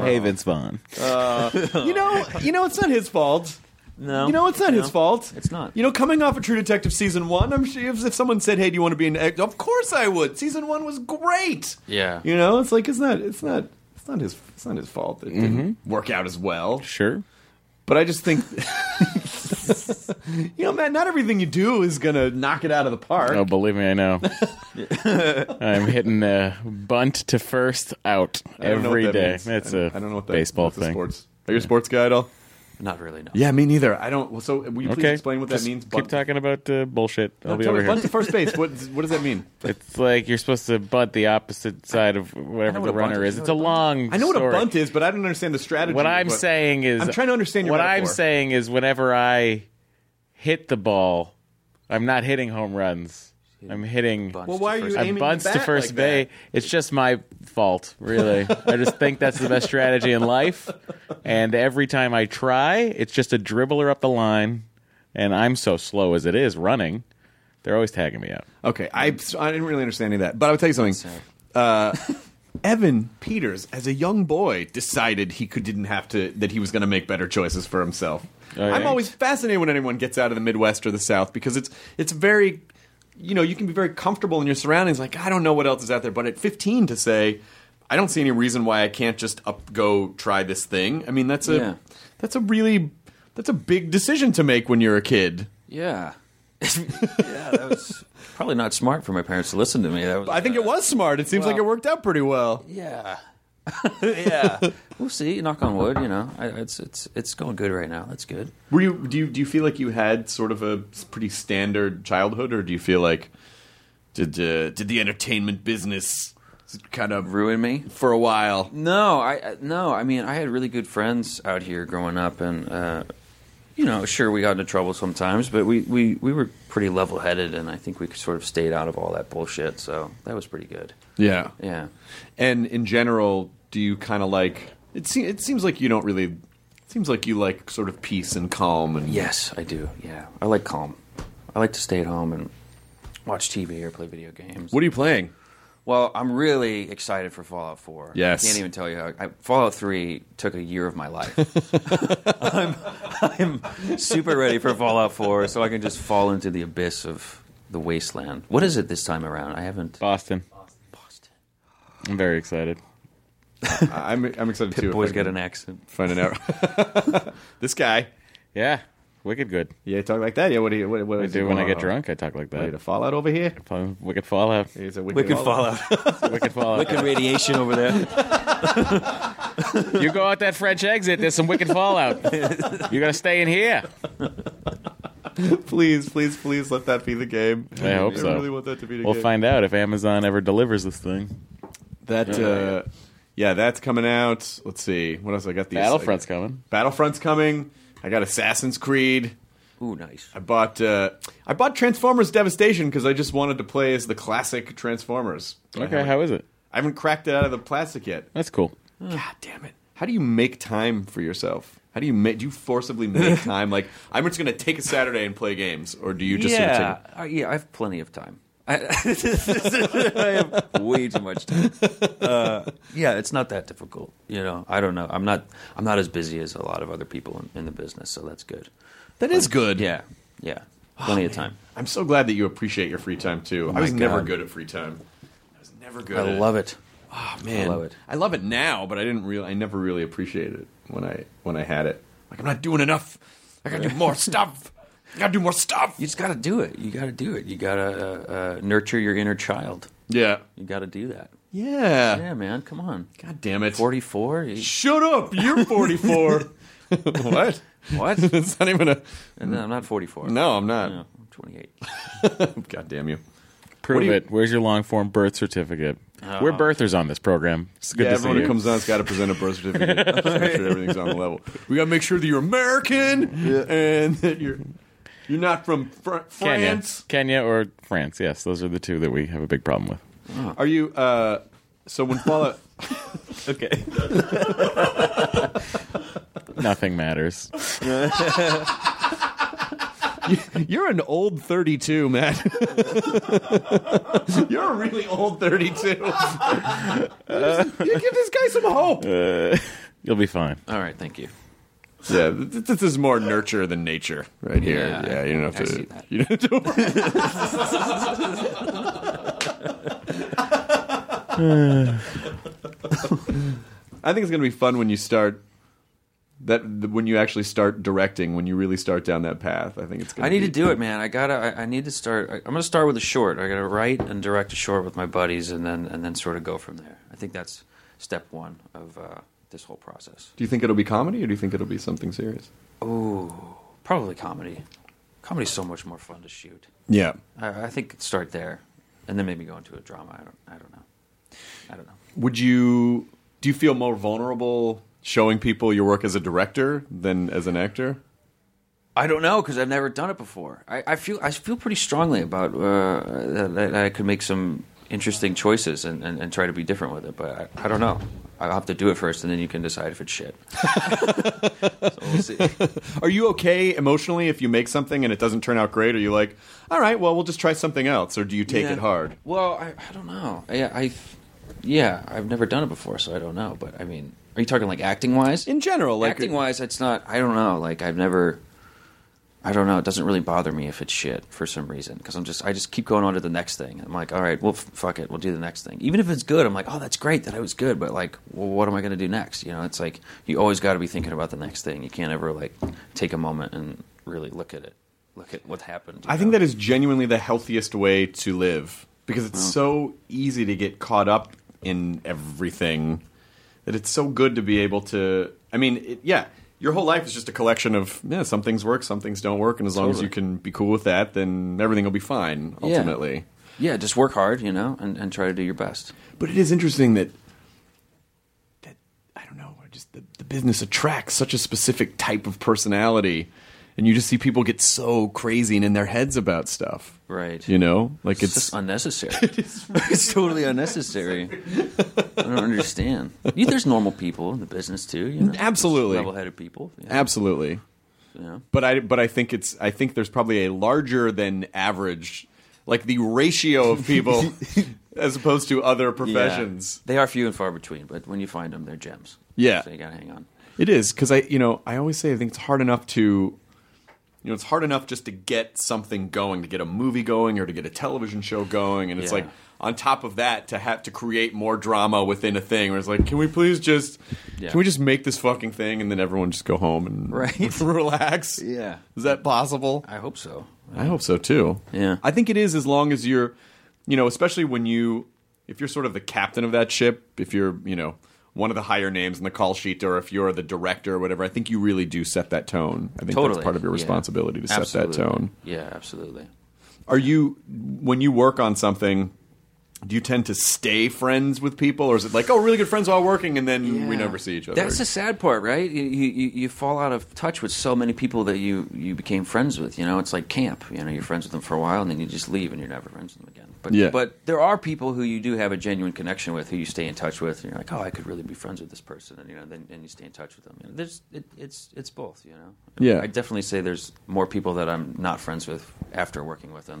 S8: Hey, Vince Vaughn.
S2: you know, you know it's not his fault.
S6: No,
S2: You know, it's not
S6: No.
S2: his fault.
S6: It's not.
S2: You know, coming off of True Detective season one, I'm sure if, if someone said, "Hey, do you want to be an?" ex-" Of course, I would. Season one was great.
S6: Yeah.
S2: You know, it's like it's not. It's not. It's not his. It's not his fault. It didn't
S6: Mm-hmm.
S2: work out as well.
S5: Sure.
S2: But I just think, you know, man, not everything you do is gonna knock it out of the park.
S5: Oh, believe me, I know. I'm hitting uh, bunt to first out
S2: I don't know
S5: every
S2: what that
S5: day.
S2: means.
S5: That's
S2: I
S5: a
S2: don't, I don't know what that,
S5: baseball
S2: that's a
S5: thing.
S2: sports. Are you a sports guy at all?
S6: not really. No.
S2: Yeah, me neither. I don't. Well, so, will you please
S5: Okay,
S2: explain what
S5: just
S2: that means?
S5: Keep
S2: Bunt-
S5: talking about uh, bullshit. I'll
S2: No,
S5: be
S2: tell me,
S5: over
S2: bunt to
S5: here.
S2: first base. What, what does that mean?
S5: It's like you're supposed to bunt the opposite side of whatever
S6: what
S5: the
S6: a bunt
S5: runner
S6: is.
S5: is. It's a long.
S2: I know what a
S5: story.
S2: bunt is, but I don't understand the strategy.
S5: What I'm
S2: But
S5: saying is,
S2: I'm trying to understand your
S5: What I'm
S2: metaphor.
S5: saying is, whenever I hit the ball, I'm not hitting home runs. I'm hitting.
S2: Well, why are you
S5: I'm
S2: aiming
S5: bunts
S2: the
S5: to
S2: bat
S5: first
S2: like
S5: bay.
S2: that?
S5: It's just my fault, really. I just think that's the best strategy in life. And every time I try, it's just a dribbler up the line. And I'm so slow as it is running. They're always tagging me out.
S2: Okay, I, I didn't really understand any of that, but I'll tell you something. Uh, Evan Peters, as a young boy, decided he could didn't have to that he was going to make better choices for himself.
S5: All right.
S2: I'm always fascinated when anyone gets out of the Midwest or the South because it's it's very you know you can be very comfortable in your surroundings. Like I don't know what else is out there, but at 15 to say I don't see any reason why I can't just up go try this thing. I mean that's a
S6: Yeah.
S2: that's a really that's a big decision to make when you're a kid.
S6: Yeah. yeah, that was probably not smart for my parents to listen to me. That was, uh,
S2: I think it was smart. It seems like it worked out pretty well.
S6: Yeah. yeah. We'll see. Knock on wood. You know, I, it's it's it's going good right now. That's good.
S2: Were you do you do you feel like you had sort of a s- pretty standard childhood, or do you feel like did uh, did the entertainment business s- kind of ruin
S6: Ruin me?
S2: for a while?
S6: No, I I- no. I mean, I had really good friends out here growing up, and uh, you know, sure we got into trouble sometimes, but we we we were pretty level headed, and I think we sort of stayed out of all that bullshit. So that was pretty good.
S2: Yeah,
S6: Yeah.
S2: And in general, do you kind of like it? Se- it seems like you don't really. It seems like you like sort of peace and calm and
S6: Yes, I do. Yeah, I like calm. I like to stay at home and watch TV or play video games.
S2: What are you playing?
S6: Well, I'm really excited for Fallout 4.
S2: Yes.
S6: I can't even tell you how. I, Fallout 3 took a year of my life. I'm, I'm super ready for Fallout 4 so I can just fall into the abyss of the wasteland. What is it this time around? I haven't.
S5: Boston. I'm very excited.
S2: I'm I'm excited too. if
S6: Boys
S2: I can
S6: got an accent.
S2: finding out. this guy,
S5: Yeah, wicked good.
S2: yeah, talk like that. Yeah, what do you what, what
S5: I do when I get drunk. I talk like
S2: Ready to
S5: that.
S2: fall out over here?
S5: Fun- Wicked Fallout.
S2: He's a wicked,
S6: Wicked Fallout.
S5: Wicked Fallout.
S6: Wicked radiation over there.
S5: You go out that French exit, there's some wicked fallout. You're gonna stay in here.
S2: Please, please, please let that be the game.
S5: I hope so.
S2: I really want that to be the
S5: We'll
S2: game.
S5: find out if Amazon ever delivers this thing.
S2: That uh, yeah, that's coming out. Let's see what else I got. These
S5: Battlefront's coming.
S2: Battlefront's coming. I got Assassin's Creed.
S6: Ooh, nice.
S2: I bought uh, I bought Transformers Devastation because I just wanted to play as the classic Transformers. But I
S5: Okay,
S2: haven't-
S5: how is it?
S2: I haven't cracked it out of the plastic yet.
S5: That's cool.
S2: God damn it! How do you make time for yourself? How do you make? Do you forcibly make time? Like I'm just gonna take a Saturday and play games, or do you just sort of take-
S6: yeah, uh, yeah, I have plenty of time. I, I have way too much time. Uh, yeah, it's not that difficult. You know, I don't know. I'm not. I'm not as busy as a lot of other people in, in the business, so that's good.
S2: that is good.
S6: Yeah, yeah,
S2: Oh,
S6: plenty of time.
S2: I'm so glad that you appreciate your free time too. I was
S6: Oh my
S2: never
S6: God.
S2: good at free time. I was never good.
S6: I
S2: at
S6: love it.
S2: Oh, man,
S6: love it.
S2: I love it now, but I didn't really. I never really appreciated it when I when I had it. Like I'm not doing enough. I gotta do more stuff. I gotta do more stuff.
S6: You just got to do it. You got to do it. You got to uh, uh, nurture your inner child.
S2: Yeah.
S6: You got to do that.
S2: Yeah.
S6: Yeah, man, come on.
S2: God damn it.
S6: 44? You-
S2: Shut up. You're 44. what?
S6: What?
S2: It's not even a.
S6: no, I'm not 44.
S2: No, I'm not.
S6: No, I'm 28.
S2: God damn you.
S5: Prove
S2: do you- Ah.
S5: it. Where's your long form birth certificate? We're birthers on this program. It's good
S2: yeah,
S5: to see
S2: everyone
S5: you.
S2: who comes on has got to present a birth certificate. Just make sure everything's on the level. We got to make sure that you're American and that you're you're not from fr-
S5: Kenya.
S2: France.
S5: Kenya or France. Yes, those are the two that we have a big problem with.
S2: Are you? Uh, so when Fallout,
S4: Okay.
S5: Nothing matters.
S2: you're an old 32, Matt. you're a really old 32. you give this guy some hope.
S5: You'll be fine.
S6: All right, thank you.
S2: Yeah, th- th- this is more nurture than nature, right here.
S6: Yeah,
S2: Yeah, you don't
S6: I
S2: have
S6: see
S2: to.
S6: that.
S2: You don't have to. I think it's gonna be fun when you start that when you actually start directing, when you really start down that path. I think it's. gonna
S6: I need
S2: be,
S6: to do it, man. I gotta. I, I need to start. I, I'm gonna start with a short. I gotta write and direct a short with my buddies, and then and then sort of go from there. I think that's step one of uh, this whole process.
S2: Do you think it'll be comedy, or do you think it'll be something serious?
S6: Probably comedy. Comedy's so much more fun to shoot.
S2: Yeah,
S6: I, I think start there, and then maybe go into a drama. I don't. I don't know. I don't know.
S2: would you? Do you feel more vulnerable showing people your work as a director than as an actor?
S6: I don't know because I've never done it before. I, I feel I feel pretty strongly about uh, that, that I could make some interesting choices and, and, and try to be different with it. But I, I don't know. I'll have to do it first, and then you can decide if it's shit. so we'll see.
S2: Are you okay emotionally if you make something and it doesn't turn out great? Are you like, all right, well, we'll just try something else, or do you take
S6: Yeah.
S2: it hard?
S6: Well, I, I don't know. I, I yeah, I've never done it before, so I don't know. But I mean, are you talking like acting wise?
S2: In general, like
S6: acting wise, it's not. I don't know. Like I've never. I don't know. It doesn't really bother me if it's shit for some reason because I'm just I just keep going on to the next thing. I'm like, all right, well, f- fuck it, we'll do the next thing. Even if it's good, I'm like, oh, that's great that I was good, but like, well, what am I gonna do next? You know, it's like you always got to be thinking about the next thing. You can't ever like take a moment and really look at it, look at what happened. you
S2: I think
S6: know?
S2: that is genuinely the healthiest way to live because
S6: Oh.
S2: it's so easy to get caught up in everything that it's so good to be able to. I mean, it, yeah, your whole life is just a collection of yeah, some things work, some things don't work, and as long as
S6: Totally.
S2: you can be cool with that, then everything will be fine
S6: Yeah.
S2: ultimately.
S6: yeah, just work hard, you know, and, and try to do your best.
S2: But it is interesting that that I don't know, just the, the business attracts such a specific type of personality, and you just see people get so crazy and in their heads about stuff.
S6: Right.
S2: You know, like
S6: It's
S2: it's
S6: just unnecessary. it's totally unnecessary. I don't understand. You, there's normal people in the business too. You know?
S2: Absolutely.
S6: level-headed people. you know?
S2: absolutely.
S6: Yeah.
S2: But I but I think it's I think there's probably a larger than average, like the ratio of people as opposed to other professions.
S6: Yeah. They are few and far between, but when you find them, they're gems.
S2: Yeah.
S6: so you gotta hang on.
S2: It is because I, you know, I always say I think it's hard enough to, you know, it's hard enough just to get something going, to get a movie going, or to get a television show going, and it's
S6: Yeah.
S2: like on top of that to have to create more drama within a thing. Where it's like, can we please just,
S6: Yeah.
S2: can we just make this fucking thing, and then everyone just go home and
S6: Right.
S2: relax?
S6: Yeah.
S2: is that possible?
S6: I hope so.
S2: I hope so too.
S6: Yeah.
S2: I think it is as long as you're, you know, especially when you, if you're sort of the captain of that ship, if you're, you know, one of the higher names in the call sheet, or if you're the director or whatever, I think you really do set that tone. I think
S6: Totally.
S2: that's part of your
S6: Yeah.
S2: responsibility to set that
S6: Absolutely.
S2: tone.
S6: Yeah, absolutely.
S2: Are you, when you work on something, do you tend to stay friends with people, or is it like, oh, really good friends while working, and then we
S6: Yeah.
S2: never see each other?
S6: That's the sad part, right? You, you you- you fall out of touch with so many people that you you became friends with. You know, it's like camp. You know, you're friends with them for a while, and then you just leave, and you're never friends with them again. But
S2: Yeah.
S6: but there are people who you do have a genuine connection with, who you stay in touch with, and you're like, oh, I could really be friends with this person, and you know, then and you stay in touch with them. You know, there's it, it's it's both, you know.
S2: Yeah.
S6: I definitely say there's more people that I'm not friends with after working with them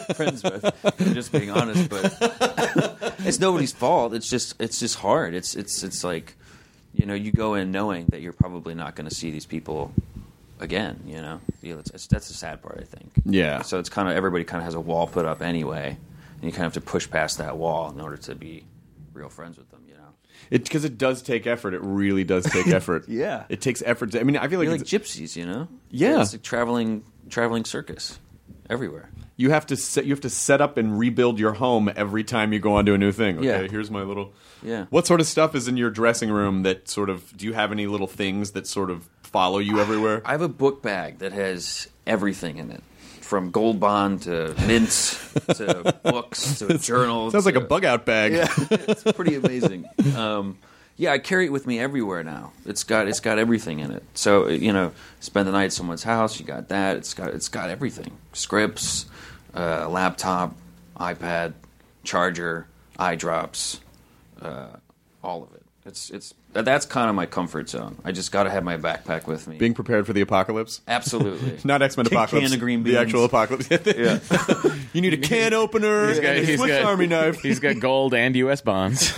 S6: I'm friends with. I'm just being honest, but it's nobody's fault. It's just it's just hard. It's it's it's like you know you go in knowing that you're probably not going to see these people again. You know, you know it's, it's, that's the sad part. I think.
S2: Yeah.
S6: So it's kind of everybody kind of has a wall put up anyway, and you kind of have to push past that wall in order to be real friends with them. You know,
S2: Because it, does take effort. It really does take effort.
S6: Yeah.
S2: It takes effort. To, I mean, I feel like,
S6: you're like
S2: it's-
S6: gypsies. You know.
S2: Yeah.
S6: It's a traveling traveling circus everywhere.
S2: you have to set, you have to set up and rebuild your home every time you go onto a new thing. Okay,
S6: Yeah.
S2: here's my little.
S6: Yeah.
S2: What sort of stuff is in your dressing room that sort of? Do you have any little things that sort of follow you everywhere?
S6: I have a book bag that has everything in it, from gold bond to mints to books to journals.
S2: Sounds like a
S6: to-
S2: bug out bag.
S6: Yeah, it's pretty amazing. Um, yeah, I carry it with me everywhere now. It's got it's got everything in it. So you know, spend the night at someone's house. You got that. It's got it's got everything. Scripts, uh, laptop, iPad, charger, eye drops, uh, all of it. It's it's that's kind of my comfort zone. I just got to have my backpack with me.
S2: Being prepared for the apocalypse.
S6: Absolutely.
S2: Not X Men
S6: Can
S2: apocalypse.
S6: of green
S2: The
S6: beans.
S2: actual apocalypse.
S6: yeah.
S2: you need a can opener,
S5: He's got-
S2: and a
S5: he's
S2: Swiss
S5: got-
S2: Army knife,
S5: He's got gold and U.S. bonds.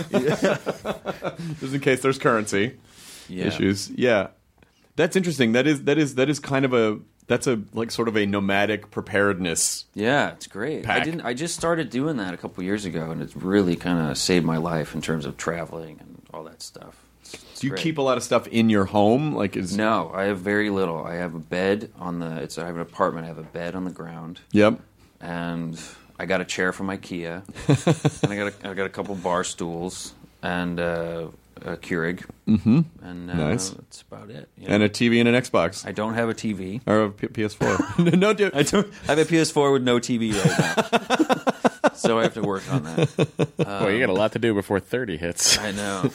S2: just in case there's currency.
S6: yeah.
S2: issues. Yeah, that's interesting. That is that is that is kind of a that's a like sort of a nomadic preparedness.
S6: Yeah, it's great. I
S2: Pack.
S6: didn't. I just started doing that a couple years ago, and it's really kind of saved my life in terms of traveling and all that stuff. It's- it's
S2: Do you
S6: great.
S2: keep a lot of stuff in your home? Like is
S6: No, I have very little. I have a bed on the. It's. I have an apartment. I have a bed on the ground,
S2: Yep.
S6: and I got a chair from IKEA, and I got. A, I got a couple bar stools and uh, a Keurig. Mm-hmm. And uh,
S2: Nice.
S6: That's about it. you know.
S2: And a TV and an Xbox
S6: I don't have a TV.
S2: or a P- PS4. no, dude.
S6: I don't. I have a PS4 with no TV right now, so I have to work on that.
S5: Boy, you got a lot to do before thirty hits.
S6: I know.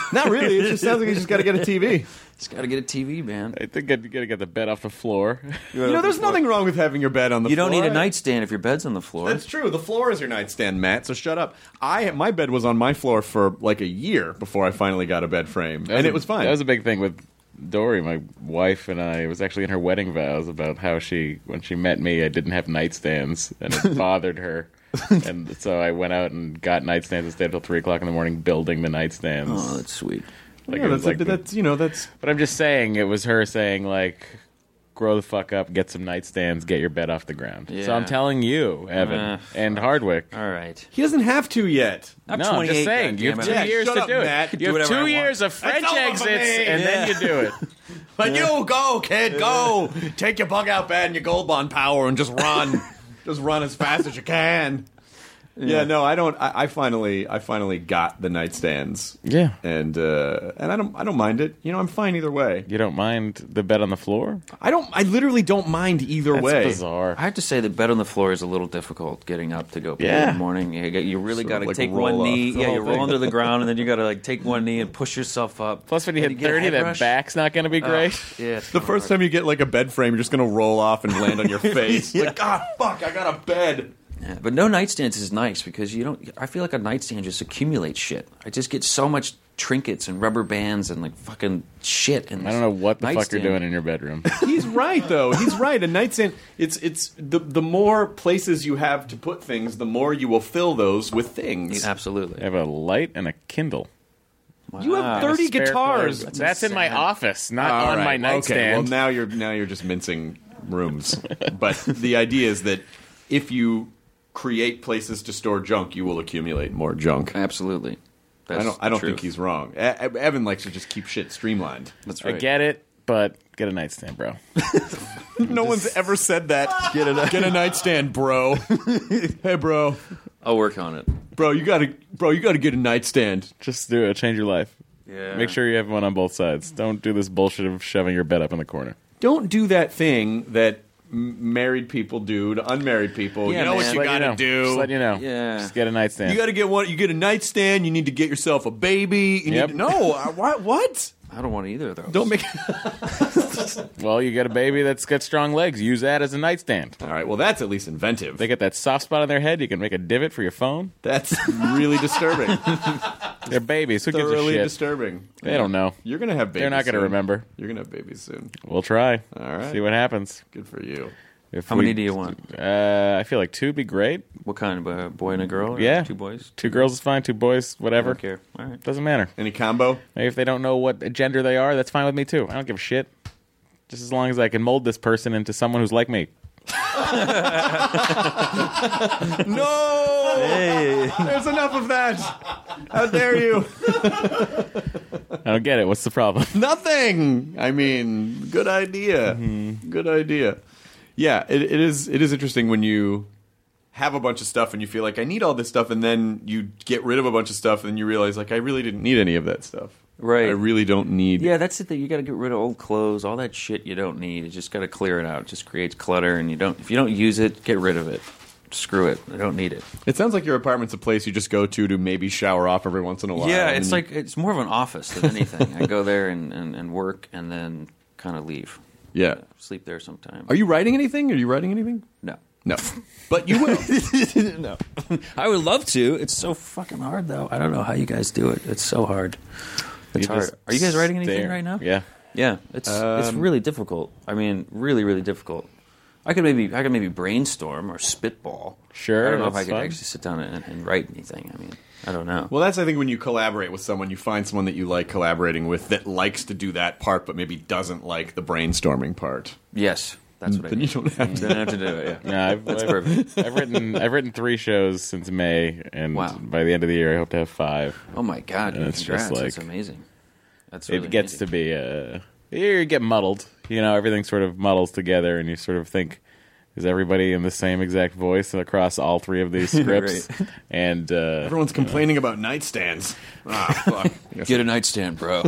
S2: Not really. It just sounds like you just got to get a TV.
S6: Just gotta get a TV, man.
S5: I think I'd- you gotta get the bed off the floor.
S2: You know, there's nothing wrong with having your bed on the.
S6: You don't
S2: floor.
S6: need a nightstand if your bed's on the floor.
S2: That's true. The floor is your nightstand, Matt. So shut up. I my bed was on my floor for like a year before I finally got a bed frame, and it was fine.
S5: That was a big thing with Dory, my wife, and I. It was actually in her wedding vows about how she, when she met me, I didn't have nightstands, and it bothered her. and so I went out and got nightstands and stayed until three o'clock in the morning building the nightstands.
S6: oh, that's sweet.
S5: Like,
S2: yeah,
S5: it was
S2: that's,
S5: like the-
S2: that's you know that's
S5: but I'm just saying, it was her saying like, "Grow the fuck up, get some nightstands, get your bed off the ground." So I'm
S6: Yeah.
S5: telling you, Evan
S6: Uh,
S5: and Hardwick.
S6: All right.
S2: he doesn't have to yet.
S6: I'm
S5: no, I'm just
S6: 28,
S5: saying. You have
S6: goddammit.
S5: two
S2: Yeah,
S5: years
S2: shut
S5: to
S2: up,
S5: do it.
S2: Matt.
S5: You
S6: Do
S5: have
S6: whatever I
S5: two
S6: want.
S5: years of French
S2: all for
S5: exits,
S2: me.
S5: and then you do it.
S2: Like you go, kid, go. Take your bug out bed and your gold bond power and just run. just run as fast as you can. Yeah, no, I don't. I, I finally, I finally got the nightstands.
S5: Yeah.
S2: and uh, and I don't, I don't mind it. You know, I'm fine either way.
S5: You don't mind the bed on the floor?
S2: I don't, I literally don't mind either
S5: That's
S2: way.
S5: bizarre.
S6: I have to say that bed on the floor is a little difficult getting up to go pee
S5: Yeah.
S6: in the morning. You, get- you really
S2: Sort of
S6: got to
S2: like
S6: take
S2: roll
S6: one
S2: up.
S6: knee.
S2: It's the
S6: Yeah,
S2: whole
S6: you roll
S2: thing.
S6: under the ground and then you got to like take one knee and push yourself up.
S5: Plus, when you
S6: And
S5: hit
S6: get a
S5: thirty, that
S6: headbrush.
S5: back's not going to be
S2: Oh.
S5: great.
S6: Yeah.
S2: The first time you get like a bed frame, you're just gonna roll off and land on your face. Like, ah, fuck, I got a bed.
S6: Yeah, But no nightstands is nice because you don't. I feel like a nightstand just accumulates shit. I just get so much trinkets and rubber bands and like fucking shit. And
S5: I don't know what the fuck you're doing in your bedroom.
S2: He's right though. He's right. A nightstand. It's it's the the more places you have to put things, the more you will fill those with things.
S5: I
S6: Absolutely.
S5: have a light and a Kindle.
S2: You have
S6: Wow.
S2: thirty
S5: Ah, Spare
S2: guitars.
S5: cord. That's in my
S6: insane.
S5: office, not
S2: All
S5: on my
S2: right, Okay. Well,
S5: nightstand.
S2: now you're now you're just mincing rooms. but the idea is that if you create places to store junk, you will accumulate more junk.
S6: Absolutely. That's
S2: I don't. I don't
S6: the
S2: think
S6: truth.
S2: he's wrong. E- Evan likes to just keep shit streamlined.
S6: That's
S5: I
S6: right.
S5: get it, but get a nightstand, bro.
S2: No one's ever said that. Get a get a nightstand, bro. hey, bro,
S6: I'll work on it.
S2: bro, you gotta, bro, you gotta get a nightstand.
S5: Just do it. Change your life.
S6: Yeah.
S5: Make sure you have one on both sides. Don't do this bullshit of shoving your bed up in the corner.
S2: don't do that thing that m- married people do to unmarried people.
S6: Yeah,
S2: you know
S6: man.
S2: what you
S5: Let
S2: got to
S5: know. Just let
S2: do.
S5: you know.
S6: Yeah.
S5: Just get a nightstand.
S2: You got to get one. You get a nightstand. You need to get yourself a baby. You
S5: Yep.
S2: need to, no, I- what? What?
S6: I don't want either of those.
S2: Don't make.
S5: well, you got a baby that's got strong legs. Use that as a nightstand.
S2: All right. Well, that's at least inventive.
S5: They got that soft spot on their head. You can make a divot for your phone.
S2: That's really disturbing.
S5: They're babies. Who gives a
S2: Thoroughly
S5: shit?
S2: disturbing.
S5: they don't know.
S2: You're gonna have babies.
S5: They're not going to
S2: soon.
S5: remember.
S2: You're gonna have babies soon.
S5: We'll try.
S2: All right.
S5: See what happens.
S2: Good for you.
S5: If
S6: How
S5: we-
S6: many do you want?
S5: Uh, I feel like two would be great.
S6: What kind of a boy and a girl? Or
S5: Yeah.
S6: Two boys.
S5: Two girls is fine. Two boys,
S6: I
S5: whatever.
S6: don't care. All right.
S5: Doesn't matter.
S2: Any combo?
S5: Maybe if they don't know what gender they are, that's fine with me too. I don't give a shit. Just as long as I can mold this person into someone who's like me.
S2: No. There's enough of that. How dare you?
S5: I don't get it. What's the problem?
S2: nothing. I mean,
S6: Mm-hmm.
S2: good idea. Good idea. Yeah, it, it is. It is interesting when you have a bunch of stuff and you feel like I need all this stuff, and then you get rid of a bunch of stuff, and then you realize like I really didn't need any of that stuff.
S6: Right.
S2: I really don't need.
S6: Yeah, that's the thing. You got to get rid of old clothes, all that shit you don't need. You just got to clear it out. It just creates clutter, and you don't. If you don't use it, get rid of it. Screw it. I don't need it.
S2: It sounds like your apartment's a place you just go to to maybe shower off every once in a while.
S6: yeah,
S2: and
S6: it's
S2: then
S6: like it's more of an office than anything. I go there and, and, and work, and then kind of leave.
S2: you- yeah.
S6: Sleep there sometime.
S2: Are you writing anything? Are you writing anything?
S6: No.
S2: No, but you will.
S6: no. I would love to. It's so fucking hard, though. I don't know how you guys do it. It's so hard. It's
S5: You just
S6: hard. Are you guys writing anything
S5: stare.
S6: right now?
S5: Yeah.
S6: Yeah, Um, it's it's really difficult. I mean, really, really difficult. I could maybe I could maybe brainstorm or spitball.
S5: Sure,
S6: I don't know if I
S5: that's
S6: could
S5: fun.
S6: actually sit down and, and write anything. I mean, I don't know.
S2: Well, that's I think when you collaborate with someone, you find someone that you like collaborating with that likes to do that part, but maybe doesn't like the brainstorming part.
S6: yes, that's what I
S2: Then you
S6: mean.
S2: don't have to.
S6: Then I have to do it. Yeah.
S5: No, I've, I've,
S6: perfect.
S5: I've written I've written three shows since May, and
S6: Wow.
S5: by the end of the year, I hope to have five.
S6: Oh my god!
S5: And it's just
S6: congrats.
S5: like-
S6: that's amazing. That's really
S5: it gets to be uh, you get muddled. You know, everything sort of muddles together, and you sort of think, is everybody in the same exact voice across all three of these scripts? And uh,
S2: Everyone's complaining about nightstands. Ah, fuck.
S6: to get a nightstand, bro.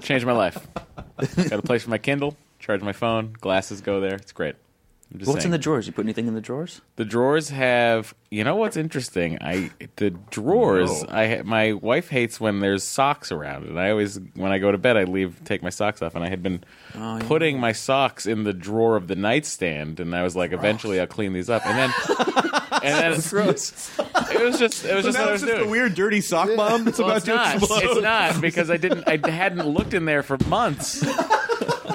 S5: changed my life. Got a place for my Kindle, charge my phone, glasses go there. It's great. I'm just
S6: What's in
S5: saying.
S6: the drawers? You put anything in the drawers?
S5: The drawers have. You know what's interesting? I the drawers.
S2: No.
S5: I ha- my wife hates when there's socks around, and I always when I go to bed, I leave take my socks off, and I had been
S2: Oh,
S5: putting my socks in the drawer of the nightstand, and I was like, eventually I'll clean these up, and then and then gross. It was just it was
S2: So
S5: just what
S2: now
S5: I
S2: it's
S5: was
S2: just
S5: doing.
S2: a weird, dirty sock bomb that's
S5: Well,
S2: about
S5: it's
S2: to
S5: not.
S2: explode.
S5: It's not because I didn't. I hadn't looked in there for months, and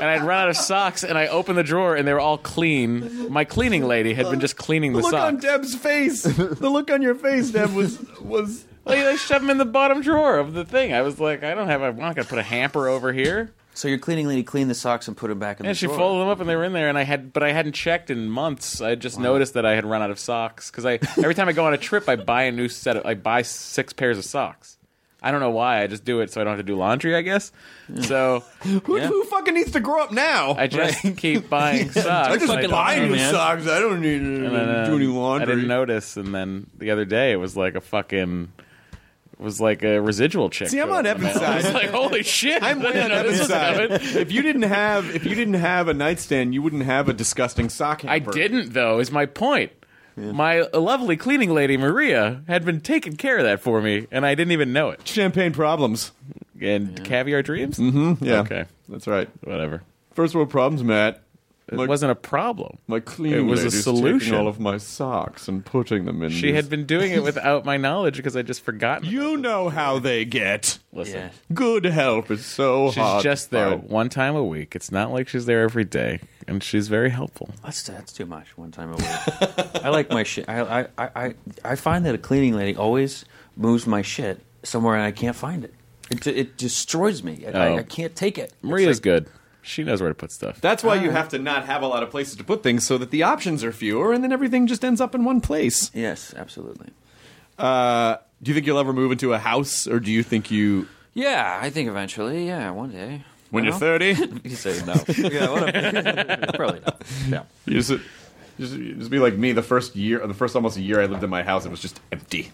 S5: I'd run out of socks. And I opened the drawer, and they were all clean. My cleaning lady had been just cleaning the
S2: look on
S5: socks.
S2: Deb's face. The look on your face, Deb, was was.
S5: Like, they shoved them in the bottom drawer of the thing. I was like, I don't have. I'm not gonna put a hamper over here.
S6: So your cleaning lady cleaned the socks and put them back in
S5: And
S6: the
S5: she
S6: drawer.
S5: folded them up, and they were in there. And I had, but I hadn't checked in months. I just noticed that I had run out of socks because I every time I go on a trip, I buy a new set. Of, I buy six pairs of socks. I don't know why. I just do it so I don't have to do laundry. I guess. So
S2: Who, who fucking needs to grow up now?
S5: I just keep buying socks.
S2: I just
S5: but
S2: buy
S5: don't-
S2: new
S5: man.
S2: socks. I don't need to
S5: And then, uh,
S2: do any
S5: I
S2: laundry.
S5: didn't notice, and then the other day it was like a fucking. It was like a residual chick.
S2: See, I'm
S5: showed
S2: on
S5: up in the
S2: Evan's
S5: mail. I was
S2: side.
S5: like, holy shit!
S2: I'm
S5: I
S2: way
S5: didn't
S2: on
S5: know
S2: Evan's
S5: this was
S2: side.
S5: coming.
S2: If you didn't have if you didn't have a nightstand, you wouldn't have a disgusting sock
S5: I
S2: hamper.
S5: didn't, though. Is my point. My lovely cleaning lady Maria had been taking care of that for me, and I didn't even know it.
S2: Champagne problems.
S5: And caviar dreams.
S6: Mm-hmm.
S2: Yeah.
S5: Okay.
S2: That's right.
S5: Whatever.
S2: First world problems, Matt.
S5: It
S2: My,
S5: wasn't a problem.
S2: my cleaning
S5: it was a
S2: lady's
S5: solution.
S2: taking all of my socks and putting them in.
S5: She
S2: these-
S5: had been doing it without my knowledge because I just forgotten.
S2: You know how they get.
S5: Listen.
S6: Yeah.
S2: Good help is so
S5: She's
S2: hard.
S5: just
S2: to
S5: there
S2: find.
S5: one time a week. It's not like she's there every day, and she's very helpful.
S6: That's that's too much. One time a week. I like my shit. I, I I I find that a cleaning lady always moves my shit somewhere and I can't find it. It it destroys me. I, I,
S5: Oh.
S6: I can't take it. It's
S5: Maria's
S6: like-
S5: good. She knows where to put stuff.
S2: That's why you
S5: Ah.
S2: have to not have a lot of places to put things so that the options are fewer and then everything just ends up in one place.
S6: Yes, absolutely.
S2: Uh, do you think you'll ever move into a house or do you think you.
S6: Yeah, I think eventually. Yeah, one day.
S2: When
S6: You
S2: you're
S6: know?
S2: 30?
S6: you say no. yeah, whatever. probably not. Yeah.
S2: You just, just, you just be like me. The first year, the first almost year I lived in my house, it was just empty.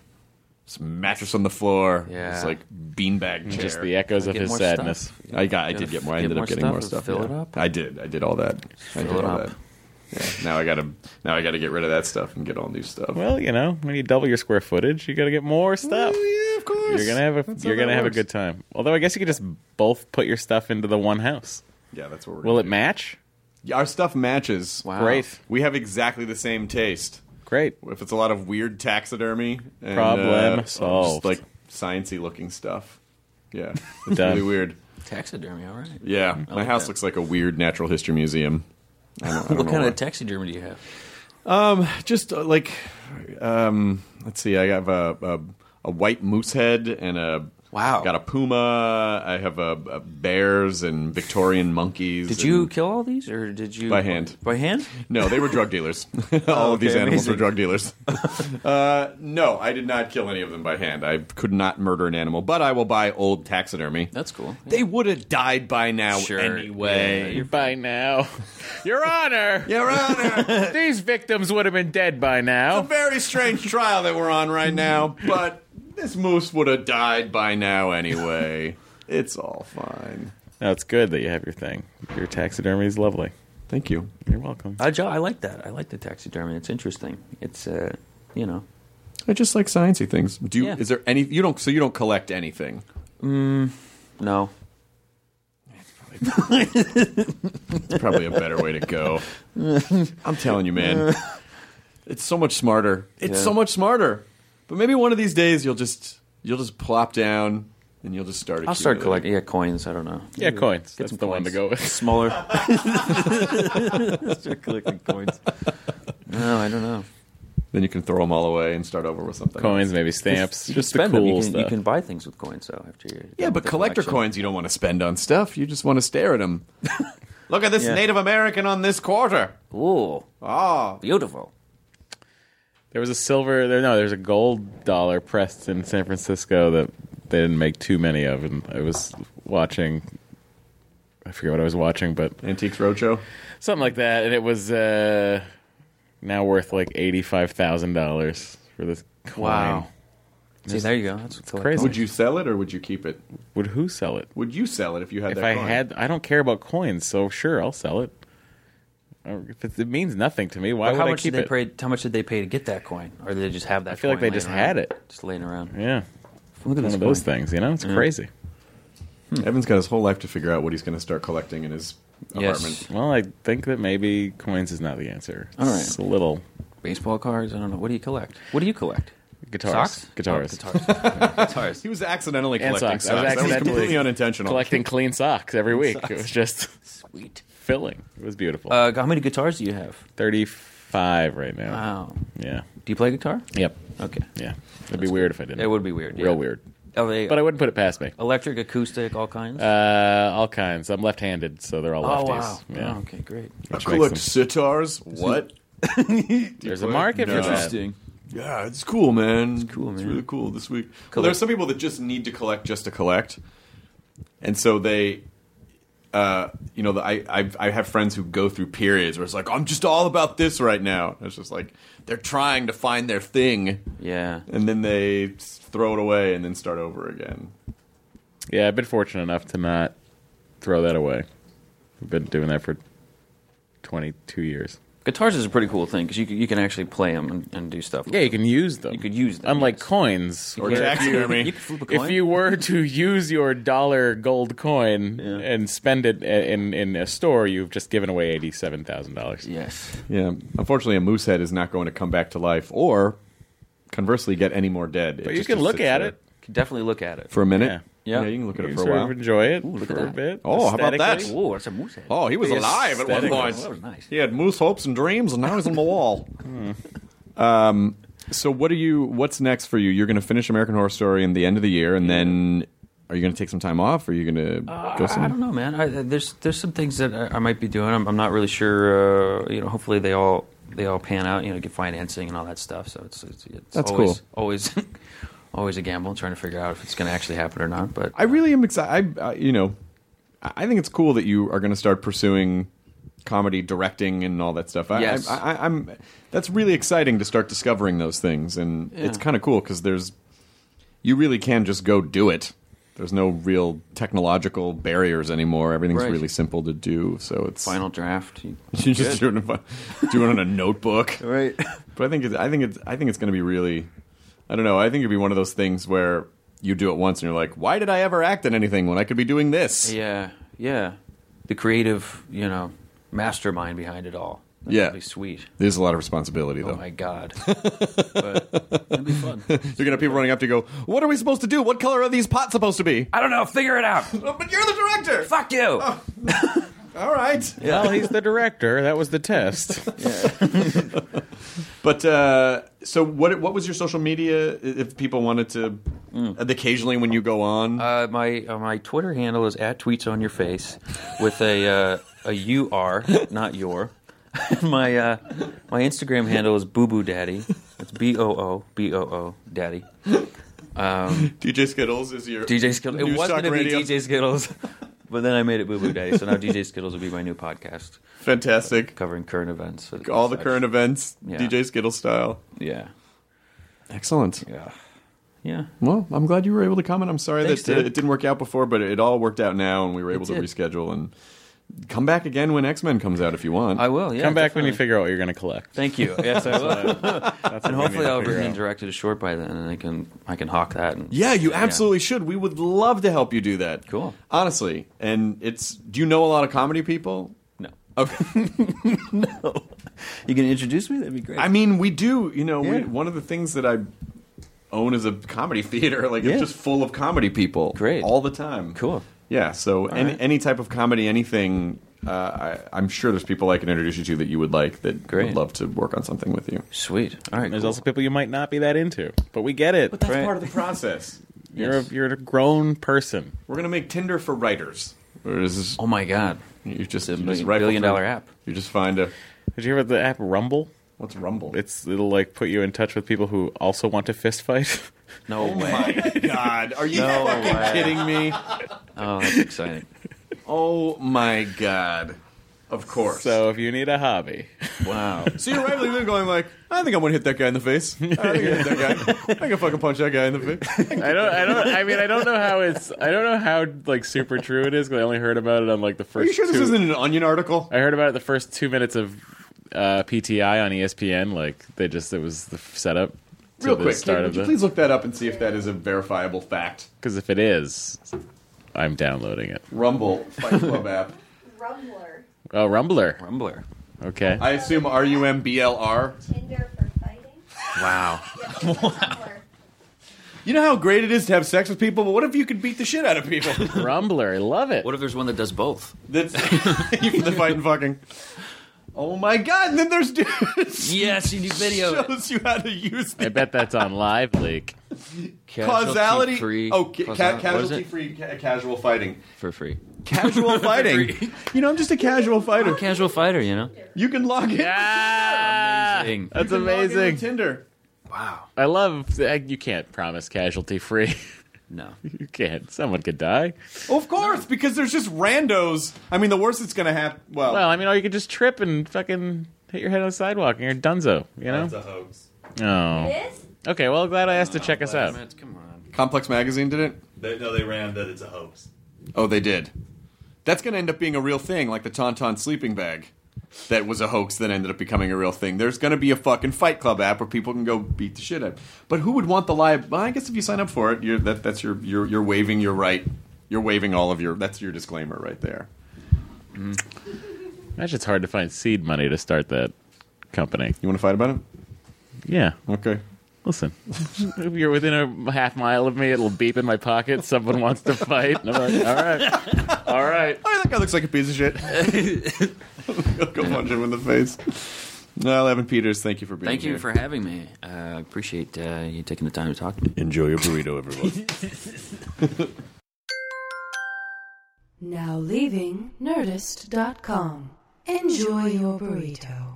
S2: Just mattress on the floor.
S6: Yeah.
S2: It's like beanbag chair.
S5: Just the echoes of
S6: Get
S5: his
S6: more
S5: sadness.
S6: stuff.
S2: I got. I
S6: Gotta
S2: did get more. I
S6: get
S2: ended
S6: more
S2: up getting
S6: stuff
S2: more
S6: and
S2: stuff.
S6: fill
S2: yeah.
S6: it up.
S2: I did. I did all that. I
S6: Fill
S2: did
S6: it
S2: all
S6: up.
S2: that. Yeah. Now I gotta. Now I gotta get rid of that stuff and get all new stuff.
S5: Well, you know, when you double your square footage, you got to get more stuff.
S2: yeah, of course.
S5: You're gonna have a
S2: That's how
S5: you're
S2: that
S5: gonna have a
S2: works.
S5: good time. Although I guess you could just both put your stuff into the one house.
S2: Yeah, that's what we're.
S5: Will
S2: gonna
S5: it
S2: do.
S5: match?
S2: Yeah, Our stuff matches.
S6: Wow.
S5: Great,
S2: We have exactly the same taste.
S5: great.
S2: If it's a lot of weird taxidermy, and,
S5: Problem
S2: uh, Just
S5: solved.
S2: like sciency looking stuff. Yeah, it's
S5: Done.
S2: really weird.
S6: Taxidermy, all right.
S2: Yeah, my
S6: like
S2: house
S6: that.
S2: looks like a weird natural history museum. I don't, I don't
S6: What
S2: know
S6: kind
S2: why.
S6: of taxidermy do you have?
S2: just uh, like um let's see i have a, a a white moose head and a Wow. Got a puma. I have a, a bears and Victorian monkeys.
S6: Did you
S2: and-
S6: kill all these, or did you
S2: By hand.
S6: By hand?
S2: No, they were drug dealers. All of these
S6: okay,
S2: animals
S6: amazing.
S2: were drug dealers. uh, no, I did not kill any of them by hand. I could not murder an animal, but I will buy old taxidermy.
S6: That's cool.
S2: They would have died by now
S6: Sure.
S2: anyway.
S6: Yeah,
S5: By now, Your Honor,
S2: Your Honor,
S5: these victims would have been dead by
S2: a
S5: now.
S2: very strange trial that we're on right now, but this moose would have died by now anyway. It's all fine.
S5: No, it's good that you have your thing. Your taxidermy is lovely.
S2: Thank you.
S5: You're welcome.
S6: I, jo- I like that. I like the taxidermy. It's interesting. It's uh, you know,
S2: I just like sciencey things. Do you,
S6: Yeah.
S2: is there any you don't so you don't collect anything?
S6: no.
S2: It's probably a better way to go. I'm telling you, man. It's so much smarter. It's so much smarter. But maybe one of these days you'll just you'll just plop down and you'll just start.
S6: I'll start
S2: accumulating.
S6: collecting. Yeah, coins. I don't know.
S5: Yeah, coins.
S6: Get
S5: That's
S6: some
S5: the one to
S6: coins.
S5: go with.
S6: Smaller. start collecting coins. No, I don't know.
S2: Then you can throw them all away and start over with something.
S5: Coins, maybe stamps.
S6: You
S5: just
S6: can spend
S5: the
S6: them.
S5: cool
S6: You can, you
S5: stuff.
S6: can buy things with coins though. After you're done
S2: Yeah,
S6: with
S2: but
S6: the
S2: collector
S6: collection.
S2: coins you don't want to spend on stuff. You just want to stare at them. Look at this
S6: Yeah.
S2: Native American on this quarter.
S6: Ooh,
S2: Oh,
S6: beautiful.
S5: There was a silver. There, no, there's a gold dollar pressed in San Francisco that they didn't make too many of, and I was watching. I forget what I was watching, but
S2: Antiques Roadshow.
S5: something like that, and it was uh, now worth like eighty five thousand dollars for this coin.
S6: Wow. See, there you go. That's what's
S5: crazy.
S2: Would you sell it or would you keep it?
S5: Would who sell it?
S2: Would you sell it if you had
S5: If
S2: that
S5: I
S2: coin?
S5: had, I don't care about coins, so sure, I'll sell it. Or If it, it means nothing to me, why
S6: But
S5: would
S6: how
S5: I
S6: much
S5: keep
S6: did they
S5: it?
S6: pay? How much did they pay to get that coin, or did they just have that? I
S5: feel like they just had it.
S6: just laying around.
S5: yeah,
S6: Look at
S5: one
S6: this
S5: of those
S6: coin.
S5: things. You know, it's crazy.
S2: Mm. Evan's got his whole life to figure out what he's going to start collecting in his
S6: Yes.
S2: apartment.
S5: Well, I think that maybe coins is not the answer.
S6: All right.
S5: It's a little
S6: Baseball cards. I don't know. What do you collect? What do you collect?
S5: guitars,
S6: Socks.
S5: guitars,
S6: Oh, guitars. guitars.
S2: He was accidentally
S5: And
S2: collecting
S5: socks. I
S2: That
S5: was
S2: was
S5: accidentally
S2: completely unintentional.
S5: collecting clean socks every week. It was just
S6: Sweet.
S5: filling. It was beautiful.
S6: Uh, how many guitars do you have?
S5: Thirty-five right now.
S6: Wow.
S5: Yeah.
S6: Do you play guitar?
S5: Yep.
S6: Okay.
S5: Yeah. It'd be weird if I didn't.
S6: It would be weird.
S5: real
S6: yeah.
S5: weird.
S6: Are they
S5: But I wouldn't put it past me.
S6: electric, acoustic, all kinds?
S5: Uh, all kinds. I'm left-handed, so they're all
S6: oh
S5: lefties.
S6: wow.
S5: Yeah.
S6: Oh, okay, great.
S2: I
S5: Which
S2: collect
S5: makes
S2: sitars. What?
S5: There's a market
S2: No.
S5: for that.
S6: Interesting.
S2: Yeah, it's cool, man. It's
S6: cool,
S2: It's
S6: man.
S2: really cool this week. Well, there's some people that just need to collect just to collect, and so they, uh, you know, the, I I've, I have friends who go through periods where it's like I'm just all about this right now. And it's just like they're trying to find their thing,
S6: Yeah.
S2: and then they s- throw it away and then start over again.
S5: Yeah, I've been fortunate enough to not throw that away. I've been doing that for 22 years.
S6: Guitars is a pretty cool thing because you, c- you can actually play them and, and do stuff. with
S5: Yeah, you
S6: them.
S5: can use them.
S6: You could use them,
S5: Unlike
S6: yes.
S5: coins,
S2: Or
S5: where
S2: taxidermy.
S6: You can flip a coin.
S5: if you were to use your dollar gold coin and spend it i- in in a store, you've just given away eighty seven thousand dollars.
S6: yes.
S2: Yeah, unfortunately, a moose head is not going to come back to life, or conversely, get any more dead.
S5: But you can look at it.
S6: Could definitely look at it.
S2: for a minute.
S6: Yeah.
S2: you can look at
S5: You
S2: it for
S5: sort
S2: a
S5: of
S2: while.
S5: enjoy it
S6: look
S5: for
S6: at
S5: a
S6: that.
S5: bit.
S2: Oh, how about that?
S5: aesthetically.
S6: Whoa, that's a moose head.
S2: Oh, he was
S5: The
S2: alive at one
S5: aesthetic.
S2: point.
S6: Oh, that was nice.
S2: He had moose hopes and dreams, and now he's on the wall. um, so what are you? What's next for you? You're going to finish American Horror Story in the end of the year, and then are you going to take some time off? Or are you going to go
S6: Uh, I- I don't
S2: some?
S6: know, man. I, I- there's there's some things that I, I might be doing. I'm, I'm not really sure. Uh, you know, hopefully they all they all pan out. You know, get financing and all that stuff. So it's it's, it's
S2: That's
S6: always
S2: cool.
S6: always always a gamble, trying to figure out if it's going to actually happen or not. But
S2: I really am excited. I, I, you know, I I think it's cool that you are going to start pursuing comedy directing and all that stuff. I,
S6: Yes.
S2: I, I, I'm. That's really exciting to start discovering those things, and it's kind of cool because there's, you really can just go do it. There's no real technological barriers anymore. Everything's
S6: Right.
S2: really simple to do. So it's
S6: final draft. You,
S2: you just do it, in a- do it on a notebook.
S6: right.
S2: But I think it's, I think it's I think it's going to be really I don't know. I think it'd be one of those things where you do it once and you're like, why did I ever act in anything when I could be doing this?
S6: Yeah. Yeah. The creative, you know, mastermind behind it all. That's
S2: Yeah.
S6: Really sweet.
S2: There's a lot of responsibility
S6: Oh
S2: though.
S6: my god. but it'd be fun.
S2: You're gonna have people running up to you go, what are we supposed to do? What color are these pots supposed to be?
S6: I don't know. Figure it out.
S2: "Oh, but you're the director.
S6: Fuck you.
S2: All right.
S5: Well, he's the director. That was the test.
S2: But uh, so what? What was your social media? If people wanted to, uh, occasionally when you go on,
S6: Mm. Uh, my uh, my Twitter handle is at tweets on your face with a uh, a U R, not your. my uh, my Instagram handle is boo boo daddy. It's B O O B O O daddy.
S2: DJ Skittles is your
S6: DJ Skittles. It
S2: News
S6: was
S2: Talk
S6: going to be
S2: Radio.
S6: DJ Skittles, but then I made it boo boo daddy. So now DJ Skittles will be my new podcast
S2: Fantastic.
S6: covering current events.
S2: All the current events,
S6: Yeah.
S2: DJ Skittles style.
S6: Yeah.
S2: Excellent.
S6: Yeah. Yeah.
S2: Well, I'm glad you were able to comment. I'm sorry
S6: Thanks,
S2: that uh,
S6: dude.
S2: it didn't work out before, but it all worked out now, and we were able to
S6: did.
S2: reschedule and come back again when X Men comes out if you want.
S6: I will. Yeah.
S5: Come back when you
S6: definitely.
S5: figure out what you're going to collect.
S6: Thank you. Yes, I will.
S5: That's
S6: and
S5: what we
S6: hopefully
S5: need to
S6: I'll
S5: figure
S6: written and
S5: out.
S6: directed a short by then, and I can I can hawk that. And,
S2: yeah, you absolutely should. We would love to help you do that.
S6: Cool.
S2: Honestly, and it's. Do you know a lot of comedy people?
S6: No.
S2: Okay.
S6: You can introduce me? That'd be great.
S2: I mean, we do. You know, we,
S6: Yeah.
S2: one of the things that I own is a comedy theater. Like
S6: Yeah.
S2: it's just full of comedy people.
S6: Great.
S2: all the time.
S6: Cool.
S2: Yeah. So any,
S6: right.
S2: any type of comedy, anything. Uh, I, I'm sure there's people I can introduce you to that you would like that
S6: Great.
S2: would love to work on something with you.
S6: Sweet. All right.
S5: There's
S6: cool.
S5: also people you might not be that into, but we get it.
S2: That's
S6: Right.
S2: part of the process.
S5: You're a, you're a grown person.
S2: We're gonna make Tinder for writers. Or is this-
S6: Oh my God.
S2: you just
S6: It's a
S2: you just
S6: million-
S2: rifle
S6: billion
S2: through-
S6: dollar app.
S2: You just find a
S5: Did you hear about the app Rumble?
S2: what's Rumble?
S5: It's it'll like put you in touch with people who also want to fist fight.
S6: No way.
S2: Oh my God, are you
S6: No
S2: fucking
S6: way.
S2: kidding me?
S6: Oh, that's exciting.
S2: Oh my God! Of course.
S5: so if you need a hobby,
S6: Wow.
S2: So you're rightly then going like, I think I'm gonna hit that guy in the face. I think I'm gonna hit that guy. I can fucking punch that guy in the face.
S5: I don't I don't I mean I don't know how it's I don't know how like super true it is because I only heard about it on like the
S2: Are
S5: first.
S2: you sure this
S5: two-
S2: isn't an Onion article?
S5: I heard about it the first two minutes of uh, PTI on ESPN. Like they just it was the f- setup. to
S2: Real
S5: the
S2: quick,
S5: start
S2: Kate,
S5: of
S2: would you
S5: the-
S2: please look that up and see if that is a verifiable fact?
S5: Because if it is, I'm downloading it.
S2: Rumble Fight Club app.
S8: Rumbler,
S5: Oh, Rumbler.
S6: Rumbler.
S5: Okay.
S2: I assume R U M B L R.
S8: Tinder for fighting.
S6: Wow.
S8: Rumbler.
S2: You know how great it is to have sex with people, but what if you could beat the shit out of people?
S5: Rumbler. I love it.
S6: What if there's one that does both?
S2: That's you the fight and fucking. Oh my god! And then there's dudes
S6: Yes, you do video.
S2: shows you how to use
S5: I
S2: the
S5: bet that's on Live Leak.
S2: causality.
S6: free.
S2: Oh, ca-
S6: Causal- what is
S2: casualty
S6: it?
S2: free, ca- casual fighting.
S6: For free.
S2: casual fighting. you know, I'm just a casual fighter.
S6: Casual fighter, you know?
S2: You can log in.
S5: Ah,
S6: Amazing.
S5: that's
S2: You can log in with
S5: amazing.
S2: Tinder.
S5: I love. I- You can't promise casualty free.
S6: No.
S5: You can't. Someone could die.
S2: Of course, because there's just randos. I mean, the worst it's gonna happen. Well,
S5: Well, I mean, or you could just trip and fucking hit your head on the sidewalk and you're dunzo. You know.
S2: a hoax.
S5: Oh.
S8: This?
S5: Okay. Well, glad I asked to check us out.
S6: Come on.
S2: Complex Magazine did it.
S4: no, they ran that it's a hoax.
S2: Oh, they did. That's gonna end up being a real thing, like the Tauntaun sleeping bag. That was a hoax that ended up becoming a real thing. There's going to be a fucking Fight Club app where people can go beat the shit out. But who would want the live? Well, I guess if you sign up for it, you're, that, that's your you're, you're waiving your right. You're waiving all of your. That's your disclaimer right there.
S5: Imagine it's hard to find seed money to start that company.
S2: You want to fight about it?
S5: Yeah.
S2: Okay.
S5: Listen, if you're within a half mile of me, it'll beep in my pocket. Someone wants to fight. And I'm like, all right. All right.
S2: Oh, that guy looks like a piece of shit. He'll go punch him in the face. Well, Evan Peters, thank you for being
S6: Thank
S2: here.
S6: you for having me. Uh, I appreciate uh, you taking the time to talk to me.
S7: Enjoy your burrito, everyone.
S9: Now leaving Nerdist.com. Enjoy your burrito.